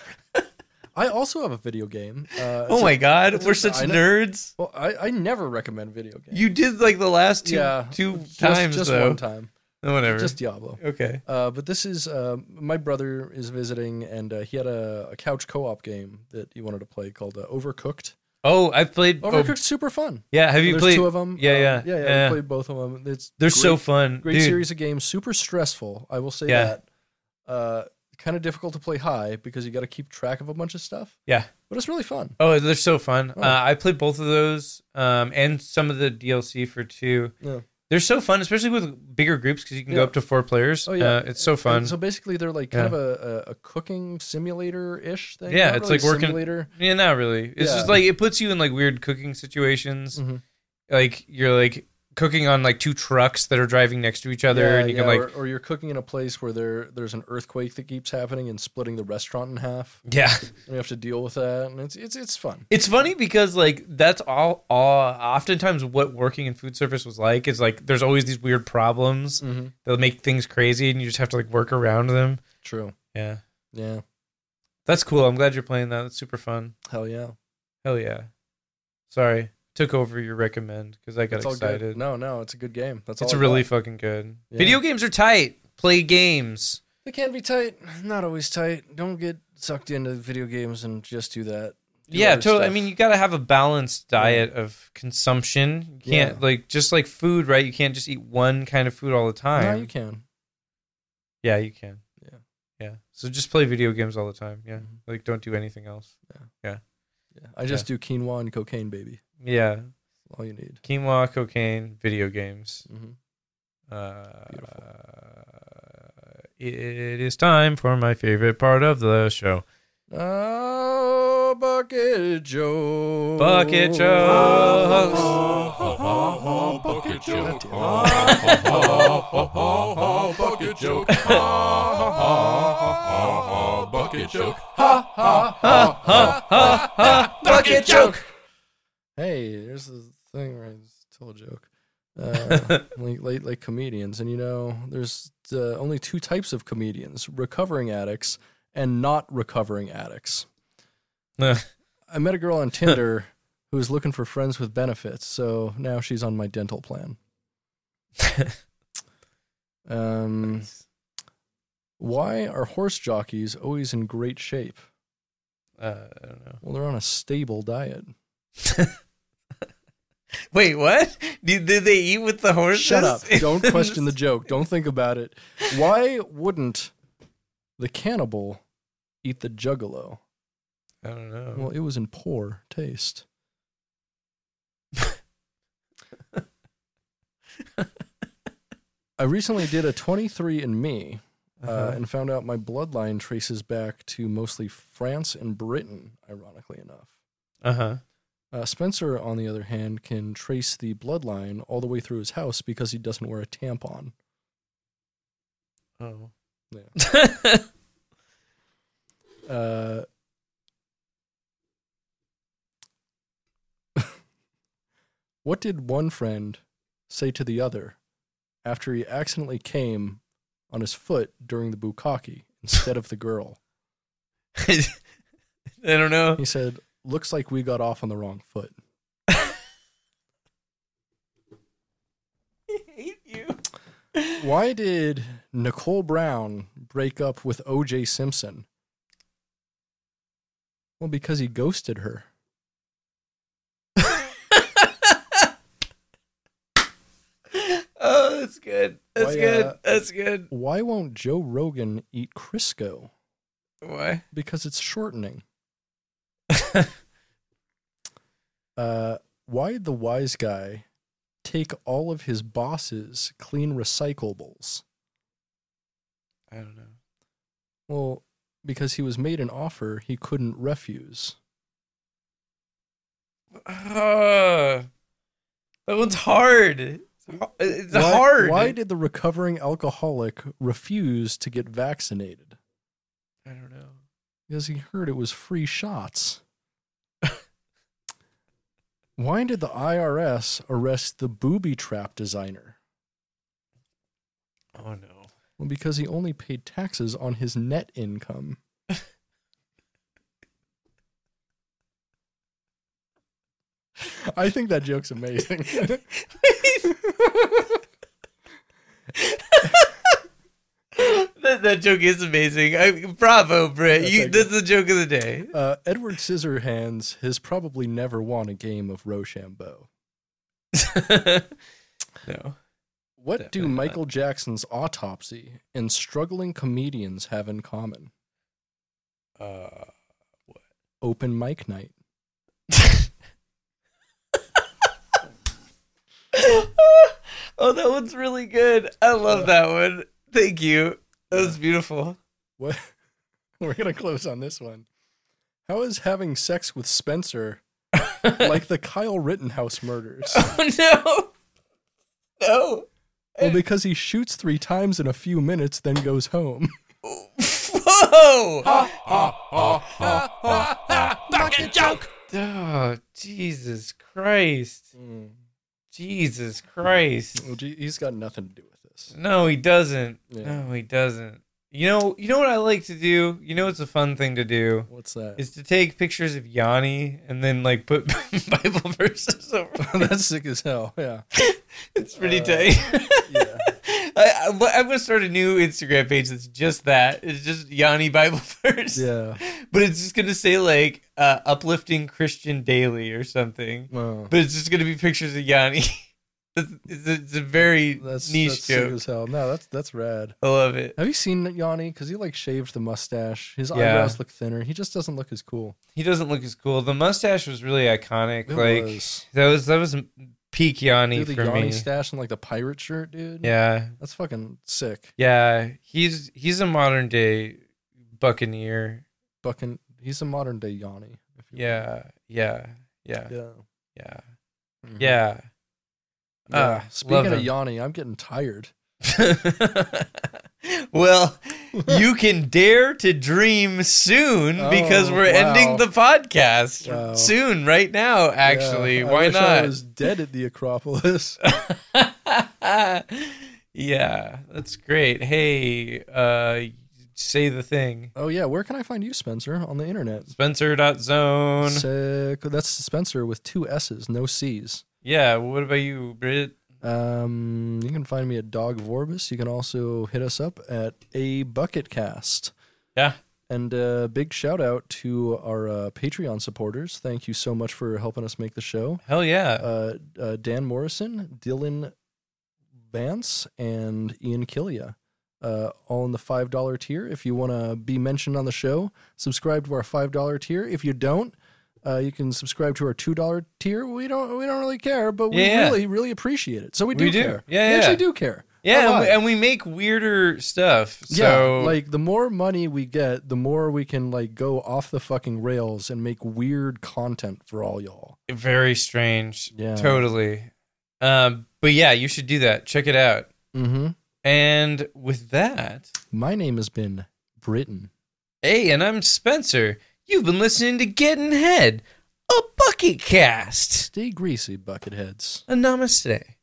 [SPEAKER 2] I also have a video game. Uh,
[SPEAKER 1] Oh my god,
[SPEAKER 2] it's
[SPEAKER 1] we're
[SPEAKER 2] a-
[SPEAKER 1] such
[SPEAKER 2] I know.
[SPEAKER 1] nerds.
[SPEAKER 2] Well, I, I never recommend video games.
[SPEAKER 1] You did like the last two
[SPEAKER 2] Yeah,
[SPEAKER 1] two
[SPEAKER 2] just,
[SPEAKER 1] times
[SPEAKER 2] just
[SPEAKER 1] though. Oh,
[SPEAKER 2] one time,
[SPEAKER 1] Whatever.
[SPEAKER 2] just Diablo.
[SPEAKER 1] okay.
[SPEAKER 2] Uh, but this is uh, my brother is visiting, and uh, he had a, a couch co-op game that he wanted to play called uh, Overcooked.
[SPEAKER 1] Oh, I've played. oh,
[SPEAKER 2] Overcooked's super fun.
[SPEAKER 1] yeah, have you
[SPEAKER 2] There's
[SPEAKER 1] played?
[SPEAKER 2] two of them.
[SPEAKER 1] Yeah, yeah,
[SPEAKER 2] yeah, yeah.
[SPEAKER 1] yeah.
[SPEAKER 2] We played both of them. It's
[SPEAKER 1] They're
[SPEAKER 2] great,
[SPEAKER 1] so fun.
[SPEAKER 2] great
[SPEAKER 1] Dude,
[SPEAKER 2] series of games. Super stressful. I will say
[SPEAKER 1] Yeah.
[SPEAKER 2] that. Uh, kind of difficult to play high because you got to keep track of a bunch of stuff.
[SPEAKER 1] Yeah.
[SPEAKER 2] but it's really fun.
[SPEAKER 1] Oh, they're so fun.
[SPEAKER 2] Oh.
[SPEAKER 1] Uh, I played both of those um, and some of the DLC for two.
[SPEAKER 2] Yeah.
[SPEAKER 1] They're so fun, especially with bigger groups because you can go
[SPEAKER 2] Yeah.
[SPEAKER 1] up to four players.
[SPEAKER 2] Oh, yeah.
[SPEAKER 1] Uh, it's so fun.
[SPEAKER 2] And so basically, they're like kind of a, a, a cooking simulator ish thing.
[SPEAKER 1] Yeah,
[SPEAKER 2] Not
[SPEAKER 1] it's
[SPEAKER 2] really
[SPEAKER 1] like working-
[SPEAKER 2] simulator.
[SPEAKER 1] yeah, not really. It's just
[SPEAKER 2] Yeah.
[SPEAKER 1] like it puts you in like weird cooking situations.
[SPEAKER 2] Mhm.
[SPEAKER 1] Like you're like cooking on like two trucks that are driving next to each other,
[SPEAKER 2] Yeah,
[SPEAKER 1] and you
[SPEAKER 2] yeah,
[SPEAKER 1] can like
[SPEAKER 2] or, or you're cooking in a place where there there's an earthquake that keeps happening and splitting the restaurant in half.
[SPEAKER 1] yeah.
[SPEAKER 2] And you have to deal with that, and it's it's it's fun.
[SPEAKER 1] It's funny because like that's all, all oftentimes what working in food service was like is like there's always these weird problems
[SPEAKER 2] Mhm.
[SPEAKER 1] that make things crazy and you just have to like work around them.
[SPEAKER 2] True.
[SPEAKER 1] Yeah.
[SPEAKER 2] Yeah.
[SPEAKER 1] That's cool. I'm glad you're playing that. That's super fun.
[SPEAKER 2] Hell yeah.
[SPEAKER 1] Hell yeah. Sorry. Took over your recommend because I got
[SPEAKER 2] It's all good.
[SPEAKER 1] excited.
[SPEAKER 2] No, no, it's a good game. That's
[SPEAKER 1] it's
[SPEAKER 2] all I
[SPEAKER 1] really
[SPEAKER 2] got.
[SPEAKER 1] fucking good.
[SPEAKER 2] Yeah.
[SPEAKER 1] Video games are tight. Play games.
[SPEAKER 2] They can be tight, not always tight. Don't get sucked into video games and just do that. Do
[SPEAKER 1] yeah,
[SPEAKER 2] other
[SPEAKER 1] totally. I
[SPEAKER 2] stuff.
[SPEAKER 1] mean, you got to have a balanced diet of consumption. You can't
[SPEAKER 2] Yeah.
[SPEAKER 1] like just like food, right? You can't just eat one kind of food all the time.
[SPEAKER 2] no, you can.
[SPEAKER 1] Yeah, you can.
[SPEAKER 2] Yeah.
[SPEAKER 1] Yeah. So just play video games all the time. Yeah.
[SPEAKER 2] Mhm.
[SPEAKER 1] Like don't do anything else.
[SPEAKER 2] Yeah. I just do quinoa and cocaine, baby.
[SPEAKER 1] Yeah.
[SPEAKER 2] All you need.
[SPEAKER 1] Quinoa, cocaine, video games.
[SPEAKER 2] hmm
[SPEAKER 1] Uh, it is time for my favorite part of the show.
[SPEAKER 2] Oh, Bucket Joe.
[SPEAKER 1] Bucket jokes.
[SPEAKER 3] Oh, bucket joke.
[SPEAKER 2] Goddamn.
[SPEAKER 3] Oh, bucket joke. Oh, bucket joke.
[SPEAKER 2] Bucket joke. Hey, there's this thing right? It's still a joke. Uh, like, like, like comedians, and you know, there's uh, only two types of comedians: recovering addicts and not recovering addicts.
[SPEAKER 1] Ugh.
[SPEAKER 2] I met a girl on Tinder who was looking for friends with benefits, so now she's on my dental plan. Um, why are horse jockeys always in great shape?
[SPEAKER 1] Uh, I don't know.
[SPEAKER 2] Well, they're on a stable diet.
[SPEAKER 1] Wait, what? Did, did they eat with the horses?
[SPEAKER 2] Shut up. Don't question the joke. Don't think about it. Why wouldn't the cannibal eat the juggalo?
[SPEAKER 1] I don't know.
[SPEAKER 2] Well, it was in poor taste. I recently did a 23andMe uh,
[SPEAKER 1] Uh-huh.
[SPEAKER 2] and found out my bloodline traces back to mostly France and Britain, ironically enough.
[SPEAKER 1] Uh huh.
[SPEAKER 2] Uh, Spencer, on the other hand, can trace the bloodline all the way through his house because he doesn't wear a tampon.
[SPEAKER 1] Oh.
[SPEAKER 2] Yeah.
[SPEAKER 1] Yeah.
[SPEAKER 2] Uh, what did one friend say to the other after he accidentally came on his foot during the bukkake instead of the girl?
[SPEAKER 1] I don't know.
[SPEAKER 2] He said, "Looks like we got off on the wrong foot."
[SPEAKER 1] I hate you.
[SPEAKER 2] Why did Nicole Brown break up with O.J. Simpson? Well, because he ghosted her.
[SPEAKER 1] Oh, that's good. That's
[SPEAKER 2] Why,
[SPEAKER 1] good.
[SPEAKER 2] uh,
[SPEAKER 1] that's good.
[SPEAKER 2] Why won't Joe Rogan eat Crisco?
[SPEAKER 1] Why?
[SPEAKER 2] Because it's shortening. uh, why did the wise guy take all of his boss's clean recyclables?
[SPEAKER 1] I don't know.
[SPEAKER 2] Well, because he was made an offer he couldn't refuse.
[SPEAKER 1] Uh, that one's hard. It's har- It's
[SPEAKER 2] why,
[SPEAKER 1] hard.
[SPEAKER 2] Why did the recovering alcoholic refuse to get vaccinated?
[SPEAKER 1] I don't know.
[SPEAKER 2] Because he heard it was free shots. why did the IRS arrest the booby trap designer?
[SPEAKER 1] Oh no.
[SPEAKER 2] Well, because he only paid taxes on his net income. I think that joke's amazing.
[SPEAKER 1] That, that joke is amazing. I, bravo, Britt. You,
[SPEAKER 2] thank
[SPEAKER 1] that's the joke of the day.
[SPEAKER 2] Uh, Edward Scissorhands has probably never won a game of Rochambeau.
[SPEAKER 1] no.
[SPEAKER 2] What do
[SPEAKER 1] Definitely not.
[SPEAKER 2] Michael Jackson's autopsy and struggling comedians have in common?
[SPEAKER 1] Uh,
[SPEAKER 2] Open mic night.
[SPEAKER 1] oh, that one's really good. I love that one. Thank you. That was beautiful.
[SPEAKER 2] What? We're gonna close on this one. How is having sex with Spencer like the Kyle Rittenhouse murders?
[SPEAKER 1] Oh no, no.
[SPEAKER 2] Well, because he shoots three times in a few minutes, then goes home.
[SPEAKER 1] Whoa!
[SPEAKER 3] Fucking joke.
[SPEAKER 1] Oh, Jesus Christ. Jesus Christ.
[SPEAKER 2] Mm. Well, gee, he's got nothing to do with this.
[SPEAKER 1] No, he doesn't.
[SPEAKER 2] Yeah.
[SPEAKER 1] No, he doesn't. You know, you know what I like to do? You know it's a fun thing to do
[SPEAKER 2] What's that?
[SPEAKER 1] is to take pictures of Yanni and then like put Bible verses over. it.
[SPEAKER 2] That's sick as hell. Yeah.
[SPEAKER 1] It's pretty
[SPEAKER 2] Uh,
[SPEAKER 1] tight.
[SPEAKER 2] Yeah.
[SPEAKER 1] I, I, I'm gonna start a new Instagram page that's just that. It's just Yanni Bible verse.
[SPEAKER 2] Yeah.
[SPEAKER 1] But it's just gonna say like uh, uplifting Christian daily or something.
[SPEAKER 2] Wow.
[SPEAKER 1] But it's just gonna be pictures of Yanni. it's, it's, a, it's a very
[SPEAKER 2] That's, that's
[SPEAKER 1] niche
[SPEAKER 2] sick
[SPEAKER 1] joke.
[SPEAKER 2] as hell. No, that's that's rad.
[SPEAKER 1] I love it.
[SPEAKER 2] Have you seen Yanni? Because he like shaved the mustache. His
[SPEAKER 1] Yeah.
[SPEAKER 2] eyebrows look thinner. He just doesn't look as cool.
[SPEAKER 1] He doesn't look as cool. The mustache was really iconic.
[SPEAKER 2] It
[SPEAKER 1] like
[SPEAKER 2] was.
[SPEAKER 1] that was that was peak Yanni
[SPEAKER 2] Dude, the
[SPEAKER 1] for
[SPEAKER 2] Yanni
[SPEAKER 1] me.
[SPEAKER 2] stash and like the pirate shirt, dude.
[SPEAKER 1] yeah,
[SPEAKER 2] That's fucking sick.
[SPEAKER 1] yeah. He's he's a modern day Buccaneer.
[SPEAKER 2] Fucking, he's a modern day Yanni. if you will.
[SPEAKER 1] Yeah, yeah, yeah,
[SPEAKER 2] Yeah.
[SPEAKER 1] yeah,
[SPEAKER 2] Mhm.
[SPEAKER 1] yeah.
[SPEAKER 2] Yeah.
[SPEAKER 1] Ah, love
[SPEAKER 2] Speaking of
[SPEAKER 1] him.
[SPEAKER 2] Yanni, I'm getting tired.
[SPEAKER 1] well, you can dare to dream soon because
[SPEAKER 2] Oh,
[SPEAKER 1] we're ending
[SPEAKER 2] wow.
[SPEAKER 1] the podcast
[SPEAKER 2] Wow.
[SPEAKER 1] soon, right now. Actually,
[SPEAKER 2] Yeah, I
[SPEAKER 1] why
[SPEAKER 2] wish
[SPEAKER 1] not?
[SPEAKER 2] I was dead at the Acropolis.
[SPEAKER 1] yeah, that's great. Hey, uh, say the thing.
[SPEAKER 2] oh yeah, where can I find you, Spencer, on the internet?
[SPEAKER 1] Spencer.zone.
[SPEAKER 2] Sick. That's Spencer with two S's, no C's.
[SPEAKER 1] Yeah, what about you, Brit?
[SPEAKER 2] Um, you can find me at Dog Vorbis. You can also hit us up at a Bucketcast.
[SPEAKER 1] Yeah.
[SPEAKER 2] And uh, big shout out to our uh, Patreon supporters. Thank you so much for helping us make the show.
[SPEAKER 1] Hell yeah.
[SPEAKER 2] Uh, uh, Dan Morrison, Dylan Vance, and Ian Killia. Uh, all in the $5 tier. If you want to be mentioned on the show, subscribe to our $5 tier. If you don't, uh, you can subscribe to our $2 tier. We don't we don't really care, but we
[SPEAKER 1] Yeah.
[SPEAKER 2] really, really appreciate it. So we do,
[SPEAKER 1] We do.
[SPEAKER 2] care.
[SPEAKER 1] Yeah,
[SPEAKER 2] we
[SPEAKER 1] yeah.
[SPEAKER 2] actually do care.
[SPEAKER 1] yeah,
[SPEAKER 2] A
[SPEAKER 1] and
[SPEAKER 2] lot.
[SPEAKER 1] we, and we make weirder stuff. So
[SPEAKER 2] Yeah, like the more money we get, the more we can like go off the fucking rails and make weird content for all y'all.
[SPEAKER 1] very strange.
[SPEAKER 2] Yeah.
[SPEAKER 1] Totally. Um, but yeah, you should do that. Check it out.
[SPEAKER 2] Mm-hmm.
[SPEAKER 1] And with that,
[SPEAKER 2] My name has been Britain.
[SPEAKER 1] hey, and I'm Spencer. You've been listening to Getting Head, a bucket cast.
[SPEAKER 2] Stay greasy, bucketheads.
[SPEAKER 1] A namaste.